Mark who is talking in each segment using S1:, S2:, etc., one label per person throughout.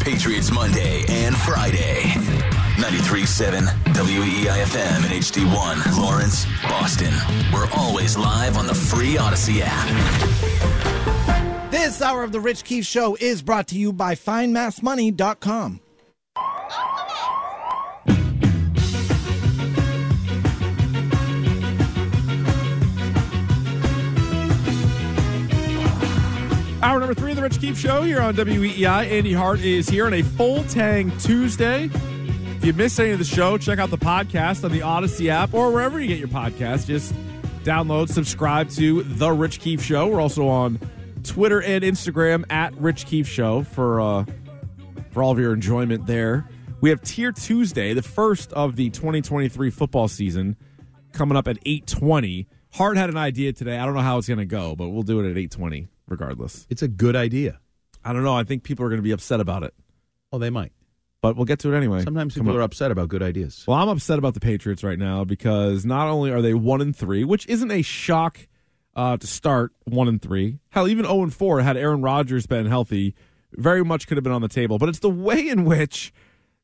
S1: Patriots Monday and Friday. 93.7 E WEIFM and HD1, Lawrence, Boston. We're always live on the free Odyssey app.
S2: This hour of the Rich Keefe Show is brought to you by FindMassMoney.com.
S3: Hour number three of the Rich Keefe Show here on WEEI. Andy Hart is here on a full tang Tuesday. If you missed any of the show, check out the podcast on the Odyssey app or wherever you get your podcast. Just download, subscribe to The Rich Keefe Show. We're also on Twitter and Instagram at Rich Keefe Show for, uh, for all of your enjoyment there. We have Tier Tuesday, the first of the 2023 football season, coming up at 820. Hart had an idea today. I don't know how it's going to go, but we'll do it at 820 regardless.
S4: It's a good idea.
S3: I don't know. I think people are going to be upset about it,
S4: Oh, they might.
S3: but we'll get to it anyway.
S4: Sometimes
S3: Come
S4: people
S3: up.
S4: are upset about good ideas.
S3: Well, I'm upset about the Patriots right now because not only are they one and three, which isn't a shock uh, to start one and three. Hell, even zero and four had Aaron Rodgers been healthy, very much could have been on the table. But it's the way in which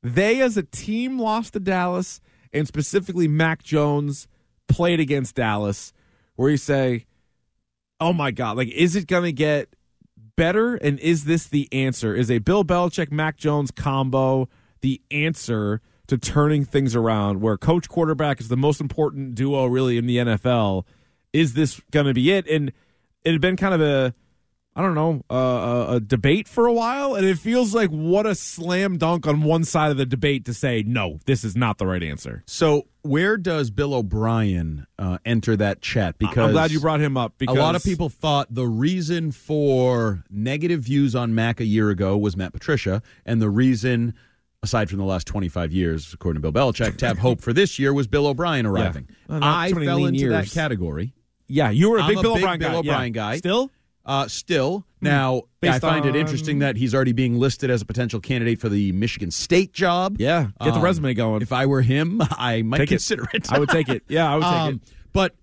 S3: they, as a team, lost to Dallas, and specifically Mac Jones played against Dallas, where you say, "Oh my God! Like, is it going to get better? And is this the answer? Is a Bill Belichick Mac Jones combo the answer to turning things around where coach quarterback is the most important duo really in the NFL? Is this going to be it? And it had been kind of a I don't know, uh, a- a debate for a while, and it feels like what a slam dunk on one side of the debate to say, no, this is not the right answer.
S4: So, where does Bill O'Brien uh, enter that chat? Because
S3: I'm glad you brought him up because
S4: a lot of people thought the reason for negative views on Mac a year ago was Matt Patricia, and the reason, aside from the last 25 years, according to Bill Belichick, to have hope for this year was Bill O'Brien arriving.
S3: Well, not
S4: I
S3: too many
S4: fell
S3: lean
S4: into that
S3: years.
S4: category.
S3: Yeah, you were a
S4: I'm
S3: big
S4: a
S3: Bill
S4: big
S3: O'Brien
S4: Bill
S3: guy. Yeah.
S4: O'Brien guy.
S3: Still?
S4: Uh, still, now
S3: Hmm. Based
S4: I find it interesting
S3: on-
S4: that he's already being listed as a potential candidate for the Michigan State job.
S3: Yeah. Get the
S4: Um,
S3: resume going.
S4: If I were him, I might
S3: Take it.
S4: consider it.
S3: I would take it. Yeah, I would take
S4: Um,
S3: it.
S4: But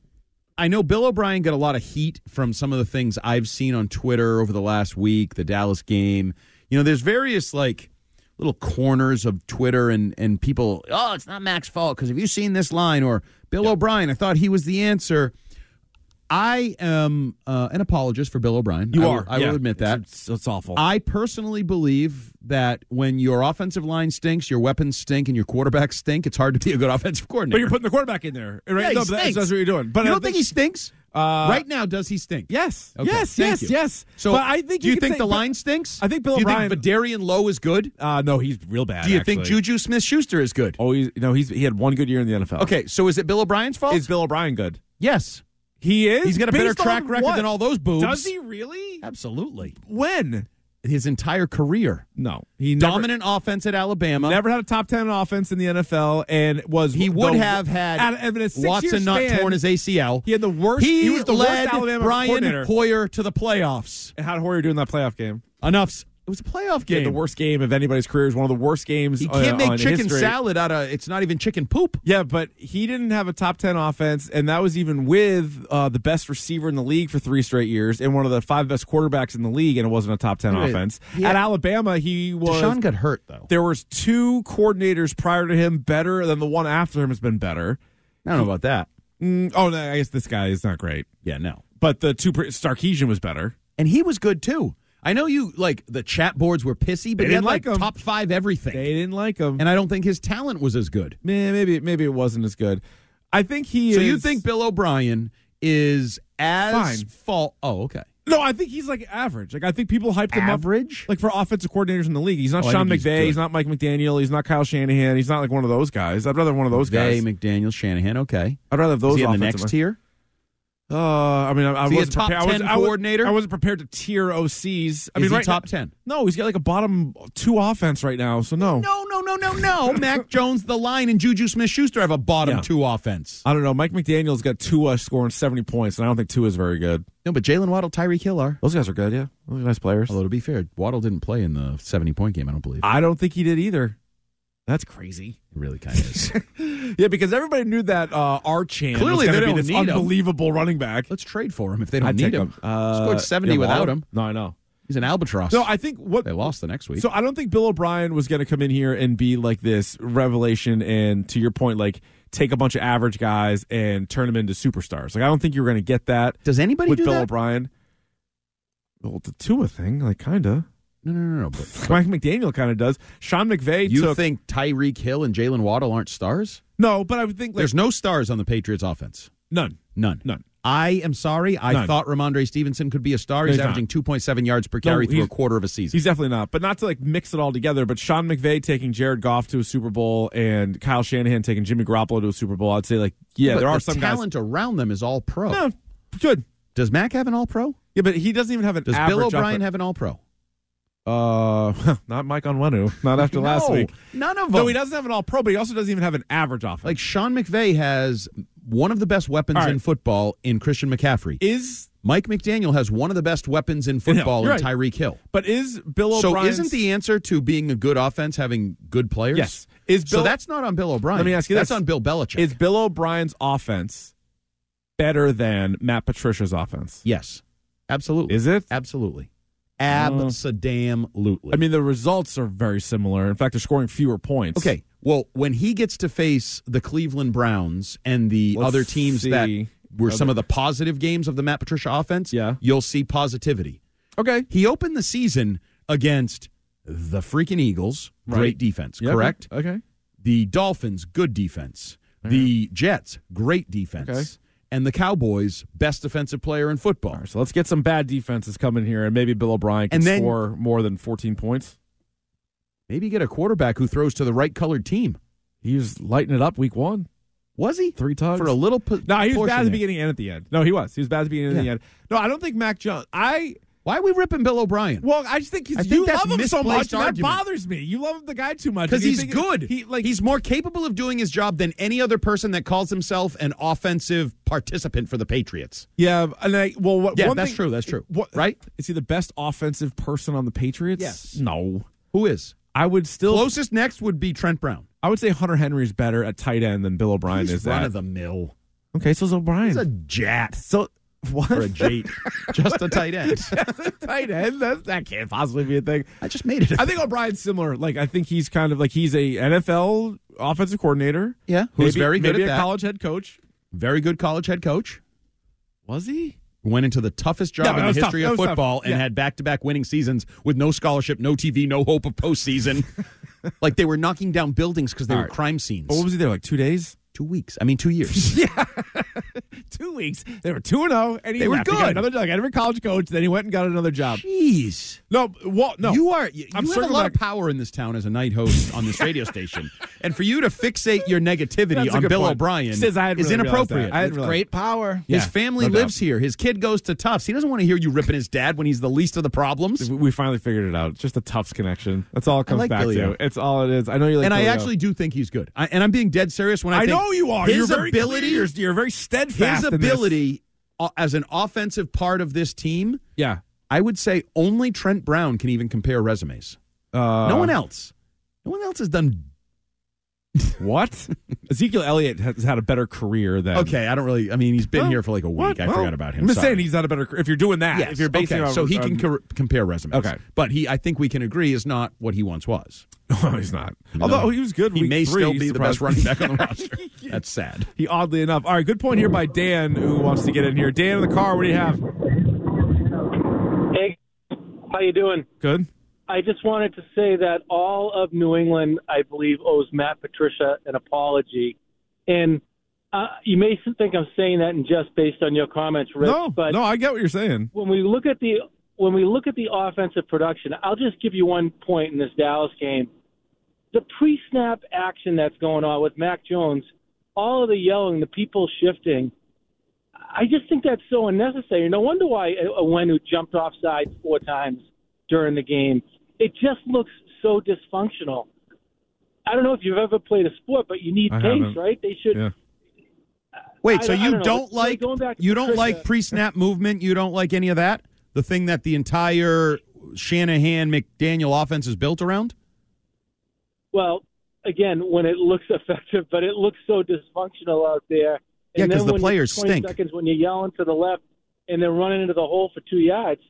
S4: I know Bill O'Brien got a lot of heat from some of the things I've seen on Twitter over the last week, the Dallas game. You know, there's various like little corners of Twitter and and people, oh, it's not Mac's fault because have you seen this line or Bill O'Brien, I thought he was the answer. I am uh, an apologist for Bill O'Brien. I
S3: You
S4: will-
S3: are.
S4: I
S3: Yeah.
S4: will admit that.
S3: It's, it's awful.
S4: I personally believe that when your offensive line stinks, your weapons stink, and your quarterbacks stink, it's hard to be a good offensive coordinator.
S3: but you're putting the quarterback in there, right?
S4: Yeah, he
S3: no, but that's,
S4: stinks.
S3: that's what you're doing. But
S4: you
S3: I
S4: don't think, he stinks?
S3: Uh,
S4: right now, does he stink?
S3: Yes.
S4: Okay,
S3: Yes.
S4: thank
S3: yes.
S4: you.
S3: Yes.
S4: So
S3: but I think
S4: do you,
S3: could
S4: think
S3: say-
S4: the
S3: but-
S4: line stinks?
S3: I think Bill
S4: Do you
S3: O'Brien-
S4: think Vidarian Lowe is good?
S3: Uh, no, he's real bad.
S4: Do you
S3: actually.
S4: think Juju Smith-Schuster is good?
S3: Oh, he's, no, he's he had one good year in the NFL.
S4: Okay, so is it Bill O'Brien's fault?
S3: Is Bill O'Brien good?
S4: yes,
S3: He is.
S4: he's got a better
S3: Based on
S4: track record
S3: what?
S4: than all those boobs.
S3: Does he really?
S4: Absolutely.
S3: When?
S4: His entire career,
S3: No, he never,
S4: dominant offense at Alabama.
S3: Never had a top ten offense in the NFL, and was
S4: he would
S3: the-
S4: have had
S3: out of- in a six-year
S4: Watson not
S3: span,
S4: torn his ACL.
S3: He had the worst.
S4: He,
S3: was the
S4: led
S3: worst Alabama
S4: Brian
S3: coordinator.
S4: Hoyer to the playoffs.
S3: And how did Hoyer do in that playoff game?
S4: Enough's. It was a playoff
S3: He
S4: game.
S3: had the worst game of anybody's career. It was one of the worst games.
S4: He can't
S3: uh,
S4: make
S3: on
S4: chicken
S3: history.
S4: salad out of it's not even chicken poop.
S3: Yeah, but he didn't have a top 10 offense, and that was even with uh, the best receiver in the league for three straight years and one of the five best quarterbacks in the league, and it wasn't a top 10
S4: Right.
S3: offense.
S4: Yeah.
S3: At Alabama, he was.
S4: Deshaun got hurt though.
S3: there was two coordinators prior to him better than the one after him has been better.
S4: I don't know about that.
S3: Mm, oh, no, I guess this guy is not great.
S4: Yeah, no.
S3: But the two. pre- Sarkeesian was better.
S4: And he was good too. I know you like the chat boards were pissy, but
S3: They
S4: he had
S3: didn't
S4: like
S3: like him.
S4: top five everything.
S3: They didn't like him.
S4: and I don't think his talent was as good.
S3: Man, maybe maybe it wasn't as good. I think he
S4: So
S3: is.
S4: you think Bill O'Brien is as
S3: Fine.
S4: fault? Oh, okay.
S3: No, I think he's like average. Like I think people hyped him up
S4: Average?
S3: like for offensive coordinators in the league. He's not
S4: Oh, I
S3: Sean
S4: think he's
S3: McVay.
S4: good.
S3: He's, not Mike McDaniel. He's not Kyle Shanahan. He's not like one of those guys. I'd rather one of those
S4: Gay,
S3: guys.
S4: McDaniel, Shanahan. Okay.
S3: I'd rather have those.
S4: is he in the
S3: offensive
S4: next
S3: line-
S4: tier?
S3: Uh, I mean, I, I
S4: Is he a
S3: wasn't
S4: top
S3: prepared. I wasn't-
S4: 10
S3: I wa-
S4: coordinator?
S3: I wasn't prepared to tier OCs. I
S4: Is
S3: mean,
S4: he
S3: right
S4: top
S3: now-
S4: ten?
S3: No, he's got like a bottom two offense right now. So no,
S4: No, no, no, no, no. Mac Jones, the line, and Juju Smith-Schuster have a bottom
S3: Yeah.
S4: two offense.
S3: I don't know. Mike McDaniel's got Tua scoring seventy points, and I don't think Tua's very good.
S4: No, but Jalen Waddle, Tyreek Hill are.
S3: Those guys are good. Yeah, those are nice players.
S4: Although to be fair, Waddle didn't play in the seventy-point game. I don't believe.
S3: I don't think he did either. That's crazy.
S4: It really kind of is.
S3: Yeah, because everybody knew that uh, Archan was
S4: Clearly they
S3: going to be
S4: don't
S3: this
S4: need him.
S3: unbelievable running back.
S4: Let's trade for him if they don't
S3: I'd
S4: need
S3: take
S4: him.
S3: Uh,
S4: Scored 70
S3: yeah,
S4: without
S3: Waddle?
S4: him.
S3: No, I know.
S4: He's an albatross.
S3: No, I think what
S4: they lost the next week.
S3: So I don't think Bill O'Brien was going to come in here and be like this revelation and to your point like take a bunch of average guys and turn them into superstars. Like I don't think you were going to get that.
S4: Does anybody
S3: with
S4: do
S3: Bill
S4: that?
S3: O'Brien? Well, the Tua thing, like kind of.
S4: no, no, no, no. But
S3: Mike McDaniel kind of does. Sean McVay
S4: you
S3: took
S4: think Tyreek Hill and Jalen Waddle aren't stars?
S3: no, but I would think like
S4: There's no stars on the Patriots offense.
S3: none,
S4: None.
S3: none.
S4: I am sorry. I
S3: None.
S4: thought Ramondre Stevenson could be a star. He's,
S3: he's
S4: averaging 2.7 yards per
S3: No,
S4: carry through
S3: he's-
S4: a quarter of a season.
S3: He's definitely not, but not to like mix it all together. But Sean McVay taking Jared Goff to a Super Bowl and Kyle Shanahan taking Jimmy Garoppolo to a Super Bowl. I'd say like yeah,
S4: But
S3: there are
S4: the
S3: some
S4: talent around them is all pro.
S3: guys. No, good.
S4: Does Mac have an all pro?
S3: Yeah, but he doesn't even have an
S4: Does
S3: average
S4: Bill O'Brien
S3: effort.
S4: have an all pro?
S3: Uh, not Mike Onwenu. Not after last
S4: No,
S3: week.
S4: None of them.
S3: No, he doesn't have an all pro, but he also doesn't even have an average offense.
S4: Like Sean McVay has one of the best weapons
S3: All right.
S4: in football in Christian McCaffrey.
S3: is
S4: Mike McDaniel has one of the best weapons in football
S3: you're
S4: in
S3: right.
S4: Tyreek Hill.
S3: but is Bill
S4: So
S3: O'Brien?
S4: isn't the answer to being a good offense having good players?
S3: Yes. Is
S4: so
S3: Bill-
S4: that's not on Bill O'Brien.
S3: Let me ask you
S4: That's
S3: this.
S4: on Bill Belichick.
S3: is Bill O'Brien's offense better than Matt Patricia's offense?
S4: yes. Absolutely.
S3: Is it?
S4: Absolutely.
S3: Uh,
S4: Absolutely.
S3: I mean, the results are very similar. In fact, they're scoring fewer points.
S4: okay. Well, when he gets to face the Cleveland Browns and the
S3: Let's
S4: other teams
S3: see.
S4: that were some of the positive games of the Matt Patricia offense,
S3: Yeah.
S4: you'll see positivity.
S3: Okay.
S4: He opened the season against the freaking Eagles,
S3: Right.
S4: great defense,
S3: Yeah,
S4: correct?
S3: Okay.
S4: The Dolphins, good defense. The Jets, great defense.
S3: Okay.
S4: And the Cowboys, best defensive player in football.
S3: All right, so let's get some bad defenses coming here, and maybe Bill O'Brien can
S4: And then-
S3: score more than 14 points.
S4: Maybe get a quarterback who throws to the right colored team.
S3: He was lighting it up week one.
S4: Was he?
S3: Three tugs?
S4: For a little po-
S3: No, he was
S4: portion
S3: bad at the
S4: there.
S3: beginning and at the end. No, he was. He was bad at the beginning and
S4: Yeah.
S3: the end. No, I don't think Mac Jones. I
S4: Why are we ripping Bill O'Brien?
S3: well, I just think, he's,
S4: I think
S3: you
S4: that's
S3: love him so much.
S4: misplaced
S3: and That
S4: argument.
S3: bothers me. You love the guy too much
S4: Because
S3: and you
S4: he's
S3: think-
S4: good.
S3: He like
S4: he's more capable of doing his job than any other person that calls himself an offensive participant for the Patriots.
S3: yeah. And I well, what,
S4: Yeah,
S3: one
S4: that's
S3: thing-
S4: true, that's true.
S3: What,
S4: Right?
S3: Is he the best offensive person on the Patriots?
S4: Yes.
S3: No,
S4: Who is?
S3: I would still.
S4: Closest next would be Trent Brown.
S3: I would say Hunter Henry's better at tight end than Bill O'Brien
S4: He's
S3: is.
S4: run
S3: at-
S4: of the mill.
S3: okay, so is O'Brien.
S4: He's a jat
S3: so what?
S4: or a jate, just a tight end.
S3: tight end? That's, that can't possibly be a thing.
S4: I just made it.
S3: I think O'Brien's similar. Like I think he's kind of like he's a NFL offensive coordinator.
S4: Yeah, who's
S3: Maybe-
S4: very good
S3: maybe
S4: at
S3: a
S4: that.
S3: college head coach.
S4: Very good college head coach.
S3: Was he?
S4: Went into the toughest
S3: Yeah,
S4: job
S3: that
S4: in
S3: was
S4: the
S3: tough.
S4: history
S3: That
S4: of
S3: was tough.
S4: football and
S3: Yeah.
S4: had back-to-back winning seasons with no scholarship, no TV, no hope of postseason. like they were knocking down buildings because they
S3: All
S4: were
S3: right.
S4: crime scenes.
S3: What was he there like two days?
S4: two weeks. I mean, two years.
S3: Two weeks. They were two and zero, and he
S4: They were
S3: left. He
S4: good.
S3: got another job. Got every college coach. Then he went and got another job.
S4: Jeez.
S3: No, what? No,
S4: You are. You,
S3: I'm
S4: you have a
S3: circling
S4: lot
S3: back-
S4: of power in this town as a night host on this radio station, and for you to fixate your
S3: That's
S4: negativity
S3: a
S4: on
S3: good
S4: Bill
S3: point.
S4: O'Brien
S3: Says I hadn't
S4: is
S3: really realized
S4: inappropriate.
S3: that. I hadn't
S2: With
S3: realized-
S2: great power.
S4: His
S3: Yeah,
S4: family
S3: no doubt.
S4: lives here. His kid goes to Tufts. He doesn't want to hear you ripping his dad when he's the least of the problems.
S3: We- We finally figured it out. It's just a Tufts connection. That's all it comes
S4: like
S3: back
S4: Billy-O.
S3: to. It's all it is. I know you like.
S4: And I
S3: Billy-O.
S4: actually do think he's good. I, and I'm being dead serious when I,
S3: I
S4: think
S3: know you are.
S4: His
S3: you're very
S4: ability,
S3: clear. You're, you're very steadfast.
S4: his
S3: in this.
S4: ability uh, as an offensive part of this team,
S3: Yeah.
S4: I would say only Trent Brown can even compare resumes.
S3: Uh,
S4: no one else. No one else has done.
S3: What? Ezekiel Elliott has had a better career than.
S4: Okay, I don't really. I mean, he's been
S3: Well,
S4: here for like a week.
S3: what?
S4: I
S3: Well,
S4: forgot about him.
S3: I'm just
S4: Sorry.
S3: saying he's had a better. career. If you're doing that,
S4: Yes.
S3: if you're basing
S4: okay,
S3: it on,
S4: so he can
S3: on-
S4: cor- compare resumes.
S3: Okay.
S4: but he, I think we can agree, is not what he once was.
S3: No, he's not. Although he was good.
S4: He
S3: week
S4: may
S3: three,
S4: still be the best
S3: surprise.
S4: running back on the roster. That's sad.
S3: He oddly enough. All right, good point here by Dan, who wants to get in here. Dan in the car. What do you have?
S5: Hey, how you doing?
S3: Good.
S5: I just wanted to say that all of New England, I believe, owes Matt Patricia an apology. And uh, you may think I'm saying that in jest based on your comments, Rich.
S3: no,
S5: but
S3: no, I get what you're saying.
S5: when we look at the when we look at the offensive production, I'll just give you one point in this Dallas game. The pre-snap action that's going on with Mac Jones, all of the yelling, the people shifting, I just think that's so unnecessary. No wonder why Owenu jumped offside four times during the game. It just looks so dysfunctional. I don't know if you've ever played a sport, but you need
S3: I
S5: pace,
S3: haven't.
S5: right? They should.
S3: Yeah.
S4: Wait,
S5: I-
S4: so
S5: I
S4: you
S5: don't know.
S4: don't
S5: Really
S4: like
S5: going back to
S4: you don't
S5: Patricia-
S4: like pre-snap movement. You don't like any of that. The thing that the entire Shanahan McDaniel offense is built around.
S5: Well, again, when it looks effective, but it looks so dysfunctional out there. And
S4: Yeah, 'cause
S5: then
S4: the
S5: when
S4: players
S5: you're 20
S4: stink.
S5: Seconds when you're yelling to the left and they're running into the hole for two yards.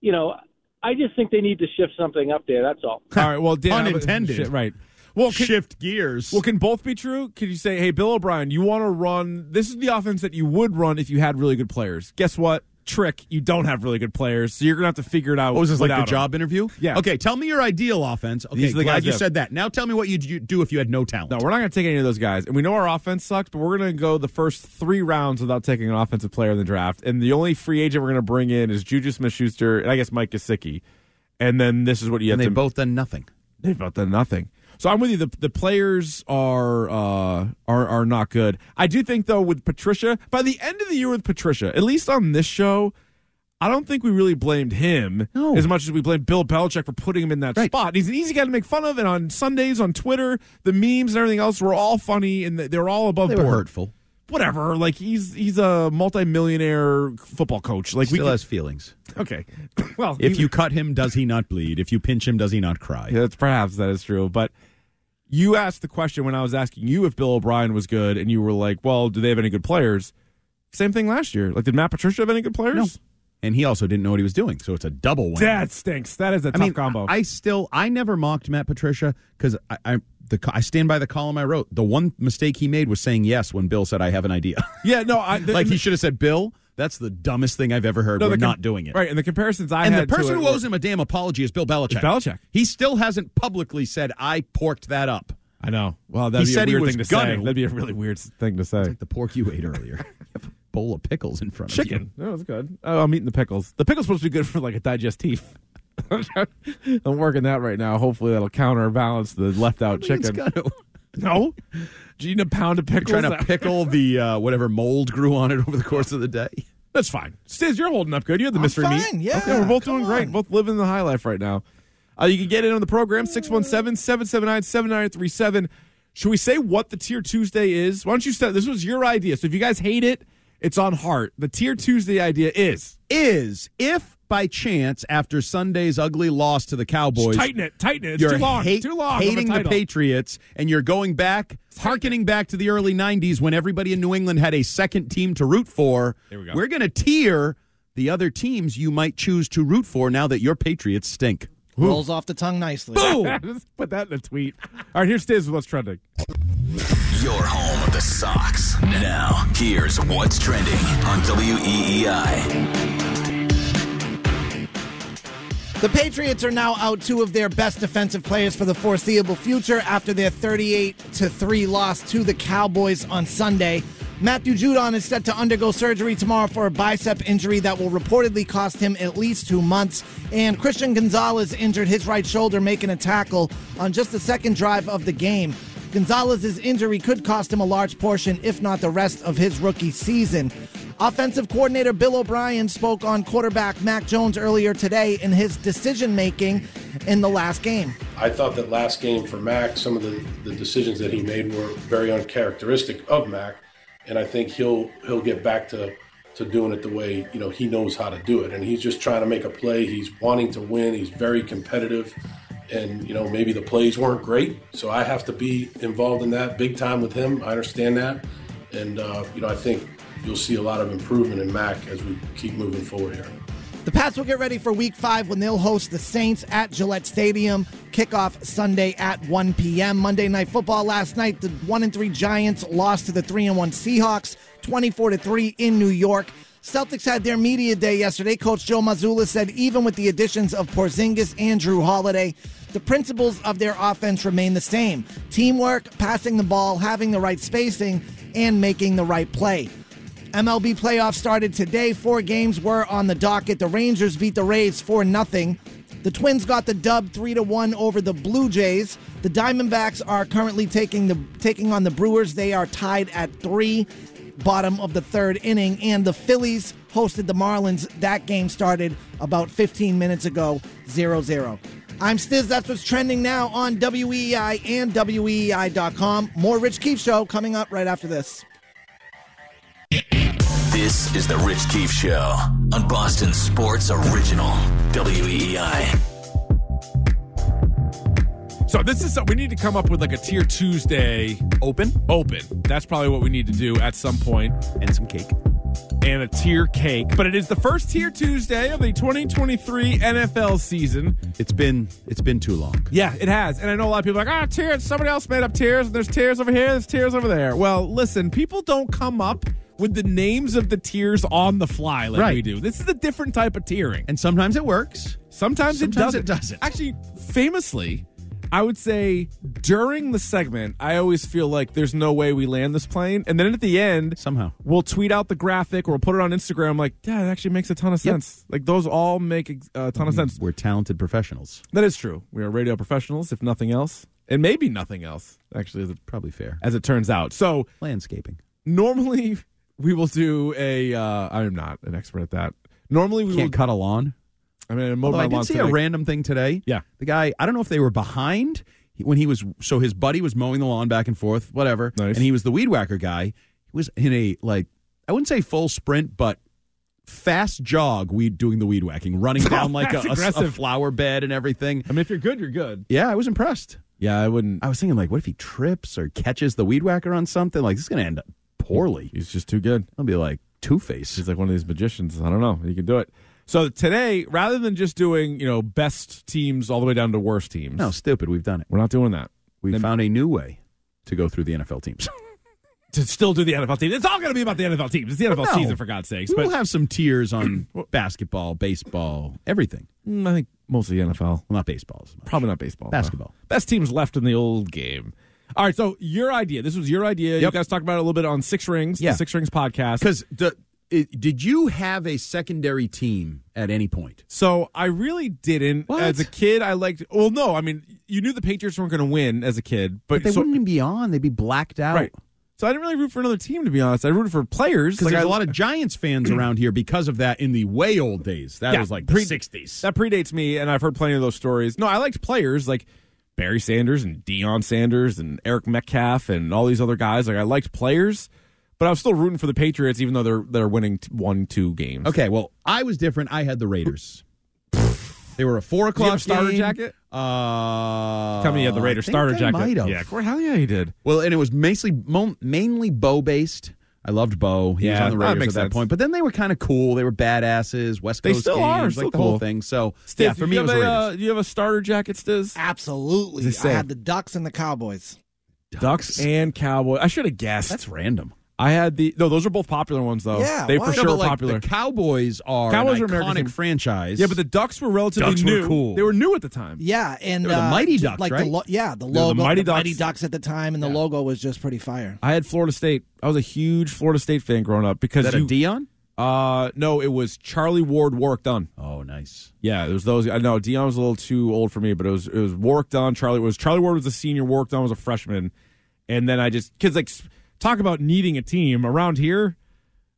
S5: You know, I just think they need to shift something up there. That's all.
S3: All right. Well, Dan, how about-
S4: Unintended.
S3: shit, right. Well, can,
S4: Shift gears.
S3: well, can both be true? Can you say, hey, Bill O'Brien, you want to run? This is the offense that you would run if you had really good players. Guess what? Trick. You don't have really good players, so you're gonna have to figure it out.
S4: What was this like the
S3: without 'em.
S4: job interview?
S3: Yeah.
S4: Okay, tell me your ideal offense. Okay,
S3: These are the
S4: glad
S3: guys
S4: you
S3: that-
S4: said that. Now tell me what you'd you do if you had no talent.
S3: No, we're not going to take any of those guys. And we know our offense sucks, but we're going to go the first three rounds without taking an offensive player in the draft. And the only free agent we're going to bring in is Juju Smith-Schuster and I guess Mike Gesicki. And then this is what you have
S4: and they
S3: to.
S4: both done nothing.
S3: they've both done nothing. So I'm with you. The the players are uh, are are not good. I do think though with Patricia, by the end of the year with Patricia, at least on this show, I don't think we really blamed him
S4: No.
S3: as much as we blamed Bill Belichick for putting him in that spot. He's an easy guy to make fun of, and on Sundays on Twitter, the memes and everything else were all funny and they- they're all above
S4: They were
S3: board.
S4: hurtful.
S3: Whatever. Like he's he's a multimillionaire football coach. Like
S4: Still
S3: we
S4: has feelings.
S3: can, okay. well,
S4: If
S3: he-
S4: you cut him, does he not bleed? If you pinch him, does he not cry?
S3: Yeah, that's perhaps that is true. But you asked the question when I was asking you if Bill O'Brien was good, and you were like, "Well, do they have any good players?" Same thing last year. Like, did Matt Patricia have any good players?
S4: No. And he also didn't know what he was doing, so it's a double win.
S3: That stinks. That is a
S4: I
S3: tough
S4: mean,
S3: combo.
S4: I still, I never mocked Matt Patricia because I, I, the, co- I stand by the column I wrote. The one mistake he made was saying yes when Bill said, "I have an idea."
S3: yeah, no, I,
S4: like he should have said, "Bill, that's the dumbest thing I've ever heard.
S3: no,
S4: We're
S3: the com-
S4: not doing it."
S3: Right, and the comparisons I
S4: And the
S3: had to
S4: person
S3: it
S4: who
S3: were-
S4: owes him a damn apology is Bill Belichick.
S3: It's Belichick.
S4: He still hasn't publicly said, "I porked that up."
S3: I know. Well, that'd
S4: He
S3: be
S4: said
S3: a
S4: he
S3: weird
S4: was
S3: thing to
S4: gutted.
S3: say. That'd be a really weird thing to say.
S4: Like the pork you ate earlier. You have a bowl of pickles in front of you.
S3: Chicken. No, it's good. Oh, I'm eating the pickles. The pickles supposed to be good for like a digestif. I'm working that right now. Hopefully, that'll counterbalance the left out
S4: I mean, it's
S3: chicken.
S4: gotta-
S3: No. Do you need a pound of pickles?
S4: You're trying to pickle the uh, whatever mold grew on it over the course of the day.
S3: That's fine. Stiz, you're holding up good. You had the
S2: I'm
S3: mystery
S2: fine,
S3: meat.
S2: yeah.
S3: Okay, we're both
S2: Come
S3: doing great.
S2: on.
S3: Both living the high life right now. Uh, you can get in on the program, 617 779 7937. Should we say what the Tier Tuesday is? Why don't you start? This was your idea. So if you guys hate it, it's on heart. The Tier Tuesday idea is
S4: Is if by chance after Sunday's ugly loss to the Cowboys,
S3: tighten it, tighten it. It's
S4: you're
S3: too long.
S4: hate-
S3: too long. of a
S4: hating the
S3: title.
S4: Patriots, and you're going back, harkening back to the early '90s when everybody in New England had a second team to root for.
S3: There we go.
S4: We're going to tier the other teams you might choose to root for now that your Patriots stink.
S2: Rolls off the tongue nicely.
S3: Just Put that in a tweet. All right, here's Stiz with what's trending.
S1: Your home of the Sox. Now, here's what's trending on E WEEI.
S2: The Patriots are now out two of their best defensive players for the foreseeable future after their 38 3 loss to the Cowboys on Sunday. Matthew Judon is set to undergo surgery tomorrow for a bicep injury that will reportedly cost him at least two months. And Christian Gonzalez injured his right shoulder making a tackle on just the second drive of the game. Gonzalez's injury could cost him a large portion, if not the rest of his rookie season. Offensive coordinator Bill O'Brien spoke on quarterback Mac Jones earlier today in his decision making in the last game.
S6: I thought that last game for Mac, some of the, the decisions that he made were very uncharacteristic of Mac, and I think he'll he'll get back to to doing it the way you know he knows how to do it, and he's just trying to make a play. He's wanting to win. He's very competitive, and you know maybe the plays weren't great, so I have to be involved in that big time with him. I understand that, and uh, you know I think you'll see a lot of improvement in Mac as we keep moving forward here.
S2: The Pats will get ready for week five when they'll host the Saints at Gillette Stadium. Kickoff Sunday at 1 p.m. Monday Night Football last night, the 1 and 3 Giants lost to the 3 and 1 Seahawks 24 to 3 in New York. Celtics had their media day yesterday. Coach Joe Mazzulla said even with the additions of Porzingis and Drew Holiday, the principles of their offense remain the same teamwork, passing the ball, having the right spacing, and making the right play. MLB playoffs started today. Four games were on the docket. The Rangers beat the Rays 4 0. The Twins got the dub 3 to 1 over the Blue Jays. The Diamondbacks are currently taking the taking on the Brewers. They are tied at 3 bottom of the 3rd inning and the Phillies hosted the Marlins. That game started about 15 minutes ago 0-0. I'm Stiz. That's what's trending now on WEI and E WEI.com. More Rich Keefe show coming up right after this.
S1: This is the Rich Keefe Show on Boston Sports Original, E WEEI.
S3: So this is we need to come up with like a Tier Tuesday
S4: Open
S3: open. That's probably what we need to do at some point.
S4: and some cake.
S3: and a tier cake. But it is the first Tier Tuesday of the 2023 NFL season.
S4: It's been it's been too long.
S3: Yeah, it has. And I know a lot of people are like, ah, tears. Somebody else made up tears, and there's tears over here, there's tears over there. Well, listen, people don't come up with the names of the tiers on the fly like
S4: Right.
S3: we do. This is a different type of tiering.
S4: And sometimes it works.
S3: Sometimes,
S4: Sometimes
S3: it doesn't.
S4: it doesn't.
S3: Actually, famously, I would say during the segment, I always feel like there's no way we land this plane. And then at the end,
S4: Somehow.
S3: we'll tweet out the graphic or we'll put it on Instagram. Like, yeah, it actually makes a ton of
S4: Yep.
S3: sense. Like, those all make ex- uh, a ton of sense.
S4: We're talented professionals.
S3: That is true. We are radio professionals, if nothing else, and maybe nothing else, actually, as it,
S4: Probably fair.
S3: as it turns out. So
S4: Landscaping.
S3: normally we will do a. Uh, I am not an expert at that. Normally we will.
S4: Can't cut a lawn.
S3: I mean, I mowed
S4: Although
S3: my
S4: I did
S3: lawn
S4: see a
S3: today.
S4: random thing today.
S3: Yeah.
S4: The guy, I don't know if they were behind he- when he was, so his buddy was mowing the lawn back and forth, whatever.
S3: Nice.
S4: And he was the weed whacker guy. He was in a, like, I wouldn't say full sprint, but fast jog weed doing the weed whacking, running down like a,
S3: that's
S4: a- a
S3: aggressive.
S4: flower bed and everything.
S3: I mean, if you're good, you're good.
S4: Yeah, I was impressed.
S3: Yeah, I wouldn't.
S4: I was thinking, like, what if he trips or catches the weed whacker on something? Like, this is going to end up poorly.
S3: He's just too good.
S4: I'll be like, Two Face.
S3: He's like one of these magicians. I don't know. He can do it. So today, rather than just doing you know best teams all the way down to worst teams,
S4: No, stupid. We've done it.
S3: we're not doing that.
S4: We
S3: Then-
S4: found a new way to go through the NFL teams.
S3: To still do the NFL teams, it's all going to be about the NFL teams. It's the NFL
S4: No.
S3: season for God's sakes.
S4: We
S3: But
S4: will have some tiers on basketball, baseball, everything.
S3: Mm, I think mostly NFL.
S4: Well, not baseball. as much.
S3: Probably not baseball. though.
S4: Basketball.
S3: Best teams left in the old game. All right, so your idea. This was your idea. You
S4: Yep.
S3: guys talked about it a little bit on Six Rings,
S4: Yeah.
S3: the Six Rings podcast.
S4: Because the- it- did you have a secondary team at any point?
S3: So I really didn't.
S4: What?
S3: As a kid, I liked. Well, no, I mean, you knew the Patriots weren't going to win as a kid, but,
S4: But they
S3: so,
S4: wouldn't even be on. They'd be blacked out.
S3: Right. So I didn't really root for another team, to be honest. I rooted for players.
S4: Because
S3: Like
S4: there's
S3: I,
S4: a lot of Giants fans around here because of that in the way old days. That
S3: Yeah,
S4: was like
S3: pre-
S4: the 60s.
S3: that predates me, and I've heard plenty of those stories. No, I liked players like Barry Sanders and Deion Sanders and Eric Metcalf and all these other guys. Like I liked players, but I was still rooting for the Patriots, even though they're they're winning t- one two games.
S4: Okay, well, I was different. I had the Raiders. They were a four
S3: you have
S4: o'clock
S3: a starter
S4: game.
S3: jacket?
S4: Uh,
S3: Tell me you had the
S4: I
S3: Raiders
S4: think
S3: starter
S4: I
S3: jacket.
S4: might have.
S3: Yeah, Corey, hell yeah, you did.
S4: Well, and it was mainly mo- mainly Bo based. I loved Bo. He was
S3: Yeah,
S4: on the
S3: that
S4: Raiders
S3: makes
S4: at that
S3: sense.
S4: point. But then they were kind of cool. They were badasses. West
S3: They
S4: Coast
S3: still
S4: games,
S3: are,
S4: like
S3: still
S4: the whole
S3: cool.
S4: thing. So
S3: Stiz,
S4: yeah,
S3: do
S4: for me
S3: you
S4: it was
S3: have a,
S4: Raiders.
S3: uh, do you have a starter jacket, Stiz?
S2: Absolutely.
S3: Just
S2: I
S3: saying.
S2: had the Ducks and the Cowboys.
S3: Ducks and Cowboy. I should have guessed.
S4: That's random.
S3: I had the no. Those are both popular ones though.
S2: Yeah,
S3: they
S2: why?
S3: for
S2: No,
S3: sure
S4: but
S3: are
S4: like,
S3: popular.
S4: The Cowboys are
S3: Cowboys
S4: an
S3: are America's team.
S4: iconic franchise.
S3: Yeah, but the Ducks were relatively
S4: Ducks were
S3: new.
S4: cool.
S3: They were new at the time.
S2: Yeah, and
S4: They were the
S2: uh,
S4: Mighty
S2: j-
S4: Ducks,
S2: like
S4: right?
S2: The lo- yeah, the
S3: They were the
S2: logo,
S3: Mighty Ducks.
S2: at the time, and the logo was just pretty fire.
S3: I had Florida State. I was a huge Florida State fan growing up because
S4: is that
S3: you,
S4: a Dion?
S3: uh no, it was Charlie Ward Warwick Dunn.
S4: Oh, nice.
S3: Yeah, it was those. I know Dion was a little too old for me, but it was it was Warwick Dunn. Charlie it was Charlie Ward was a senior. Warwick Dunn was a freshman, and then I just because like s- talk about needing a team around here.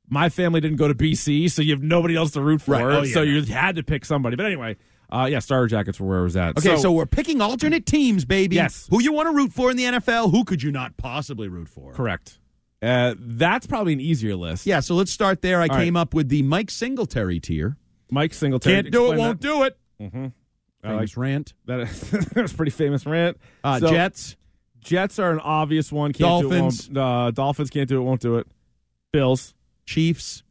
S3: My family didn't go to BC, so you have nobody else to root for.
S4: Right. Oh, yeah,
S3: so
S4: no.
S3: you had to pick somebody. But anyway, uh, yeah, Star Jackets were where I was at.
S4: Okay, so, we're picking alternate teams, baby.
S3: Yes.
S4: Who you want to root for in the NFL? Who could you not possibly root for?
S3: correct. Uh, that's probably an easier list.
S4: Yeah, so let's start there. I
S3: All
S4: came up with the Mike Singletary tier.
S3: Mike Singletary. explain that.
S4: do it.
S3: I like
S4: Famous rant.
S3: that. is- that was a pretty famous rant.
S4: Uh,
S3: So,
S4: Jets.
S3: Jets are an obvious one. Can't
S4: Dolphins.
S3: Do it, won't- uh, Dolphins can't do it. Won't do it. Bills.
S4: Chiefs.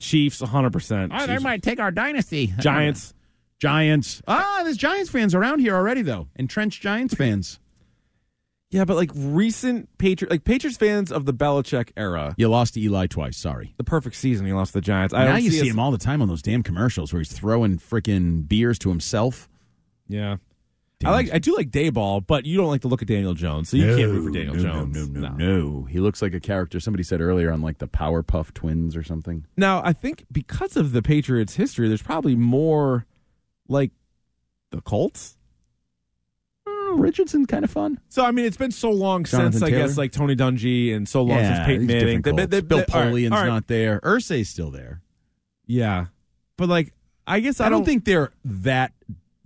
S3: Chiefs. One hundred percent.
S4: Ah, take our dynasty.
S3: Giants.
S4: Giants. Ah, there's Giants fans around here already, though. Entrenched Giants fans.
S3: Yeah, but like recent Patriot, like Patriots fans of the Belichick era,
S4: You lost to Eli twice. Sorry.
S3: the perfect season. He lost to the Giants. I
S4: now
S3: don't
S4: you see
S3: us-
S4: him all the time on those damn commercials where he's throwing freaking beers to himself.
S3: Yeah. I
S4: Damn.
S3: like. I do like Dayball, but you don't like the look of Daniel Jones, so you can't root for Daniel
S4: no,
S3: Jones.
S4: No, no, no, no. He looks like a character somebody said earlier on like the Powerpuff Twins or something.
S3: Now, I think because of the Patriots' history, there's probably more like the Colts.
S4: Mm, Richardson, kind of fun.
S3: So I mean, it's been so long
S4: Jonathan
S3: since I
S4: Taylor?
S3: guess like Tony Dungy and so long since Peyton
S4: these different
S3: Manning. They- they-
S4: Colts.
S3: they-
S4: Bill
S3: they- all right,
S4: Polian's
S3: all right.
S4: not there. Ursay's still there.
S3: Yeah, but like I guess I,
S4: I don't think they're that.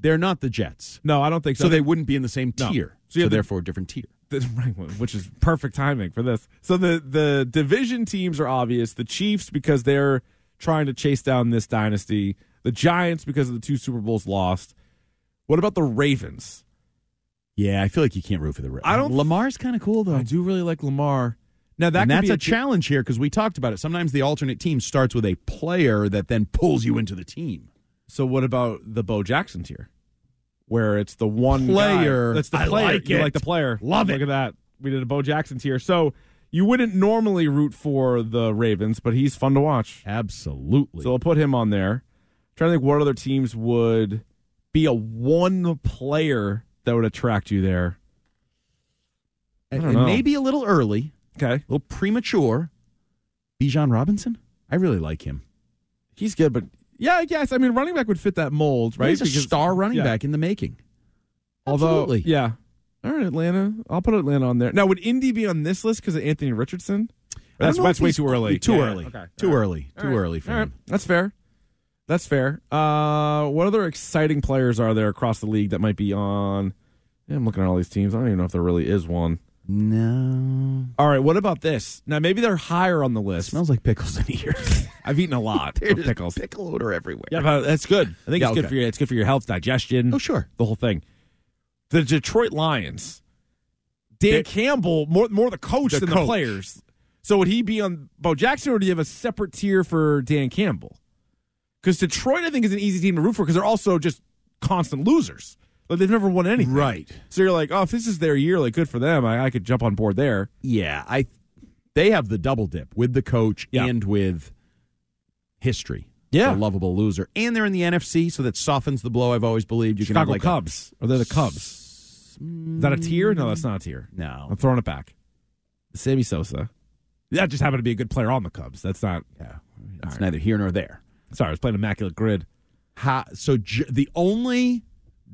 S4: They're not the Jets,
S3: No, I don't think so.
S4: so they wouldn't be in the same
S3: No.
S4: tier.
S3: So you
S4: So,
S3: have the-
S4: therefore, a different tier.
S3: the- right, which is perfect timing for this. So the the division teams are obvious. The Chiefs because they're trying to chase down this dynasty. The Giants because of the two Super Bowls lost. What about the Ravens?
S4: Yeah, I feel like you can't root for the. Ra-
S3: I don't-
S4: Lamar's kind of Uh, cool though.
S3: I do really like Lamar. Now that
S4: and
S3: could
S4: that's
S3: be
S4: a,
S3: a-
S4: challenge here because we talked about it. Sometimes the alternate team starts with a player that then pulls you into the team.
S3: So what about the Bo Jackson tier, where it's the one
S4: Player.
S3: Guy, that's the
S4: I
S3: player.
S4: like
S3: You
S4: it.
S3: like the player.
S4: Love
S3: Look
S4: it.
S3: at that. We did a Bo Jackson tier. So you wouldn't normally root for the Ravens, but he's fun to watch.
S4: Absolutely.
S3: So I'll put him on there. trying to think what other teams would be a one player that would attract you there.
S4: and,
S3: don't know.
S4: maybe a little early,
S3: Okay,
S4: a little premature. Bijan Robinson? I really like him.
S3: he's good, but yeah, I guess I mean running back would fit that mold, right?
S4: He's a
S3: Because-
S4: star running
S3: yeah.
S4: back in the making.
S3: Although,
S4: Absolutely.
S3: yeah. All right, Atlanta. I'll put Atlanta on there. Now, would Indy be on this list because of Anthony Richardson?
S4: I don't
S3: That's,
S4: know
S3: that's
S4: if
S3: way
S4: he's-
S3: too early.
S4: Too
S3: Yeah,
S4: early.
S3: okay.
S4: Too
S3: All right.
S4: early. Too
S3: All right.
S4: early for
S3: All
S4: him.
S3: right. That's fair. That's fair. Uh, what other exciting players are there across the league that might be on? Yeah, I'm looking at all these teams. I don't even know if there really is one.
S4: No.
S3: All right, what about this? Now, maybe they're higher on the list.
S4: Smells like pickles in here.
S3: I've eaten a lot of
S4: There's
S3: pickles.
S4: Pickle odor everywhere.
S3: Yeah, but that's good. I think
S4: Yeah,
S3: it's good
S4: okay.
S3: for your it's good for your health, digestion.
S4: Oh, sure.
S3: the whole thing. The Detroit Lions, Dan
S4: They-
S3: Campbell, more more the coach
S4: The
S3: than the
S4: coach.
S3: players. So would he be on Bo Jackson, or do you have a separate tier for Dan Campbell? Because Detroit, I think, is an easy team to root for because they're also just constant losers. Like they've never won anything,
S4: Right.
S3: So you're like, oh, if this is their year, like good for them. I, I could jump on board there.
S4: Yeah, I. They have the double dip with the coach
S3: Yeah.
S4: and with history.
S3: Yeah.
S4: the lovable loser, and they're in the NFC, so that softens the blow. I've always believed you can have
S3: Chicago
S4: like a-
S3: Cubs, or they're the Cubs. Is that a tier? No, that's not a tier. I'm
S4: no,
S3: throwing it back. Sammy Sosa. That just happened to be a good player on the Cubs. That's not.
S4: yeah, it's neither here nor there.
S3: Sorry, I was playing immaculate grid.
S4: How, so j- the only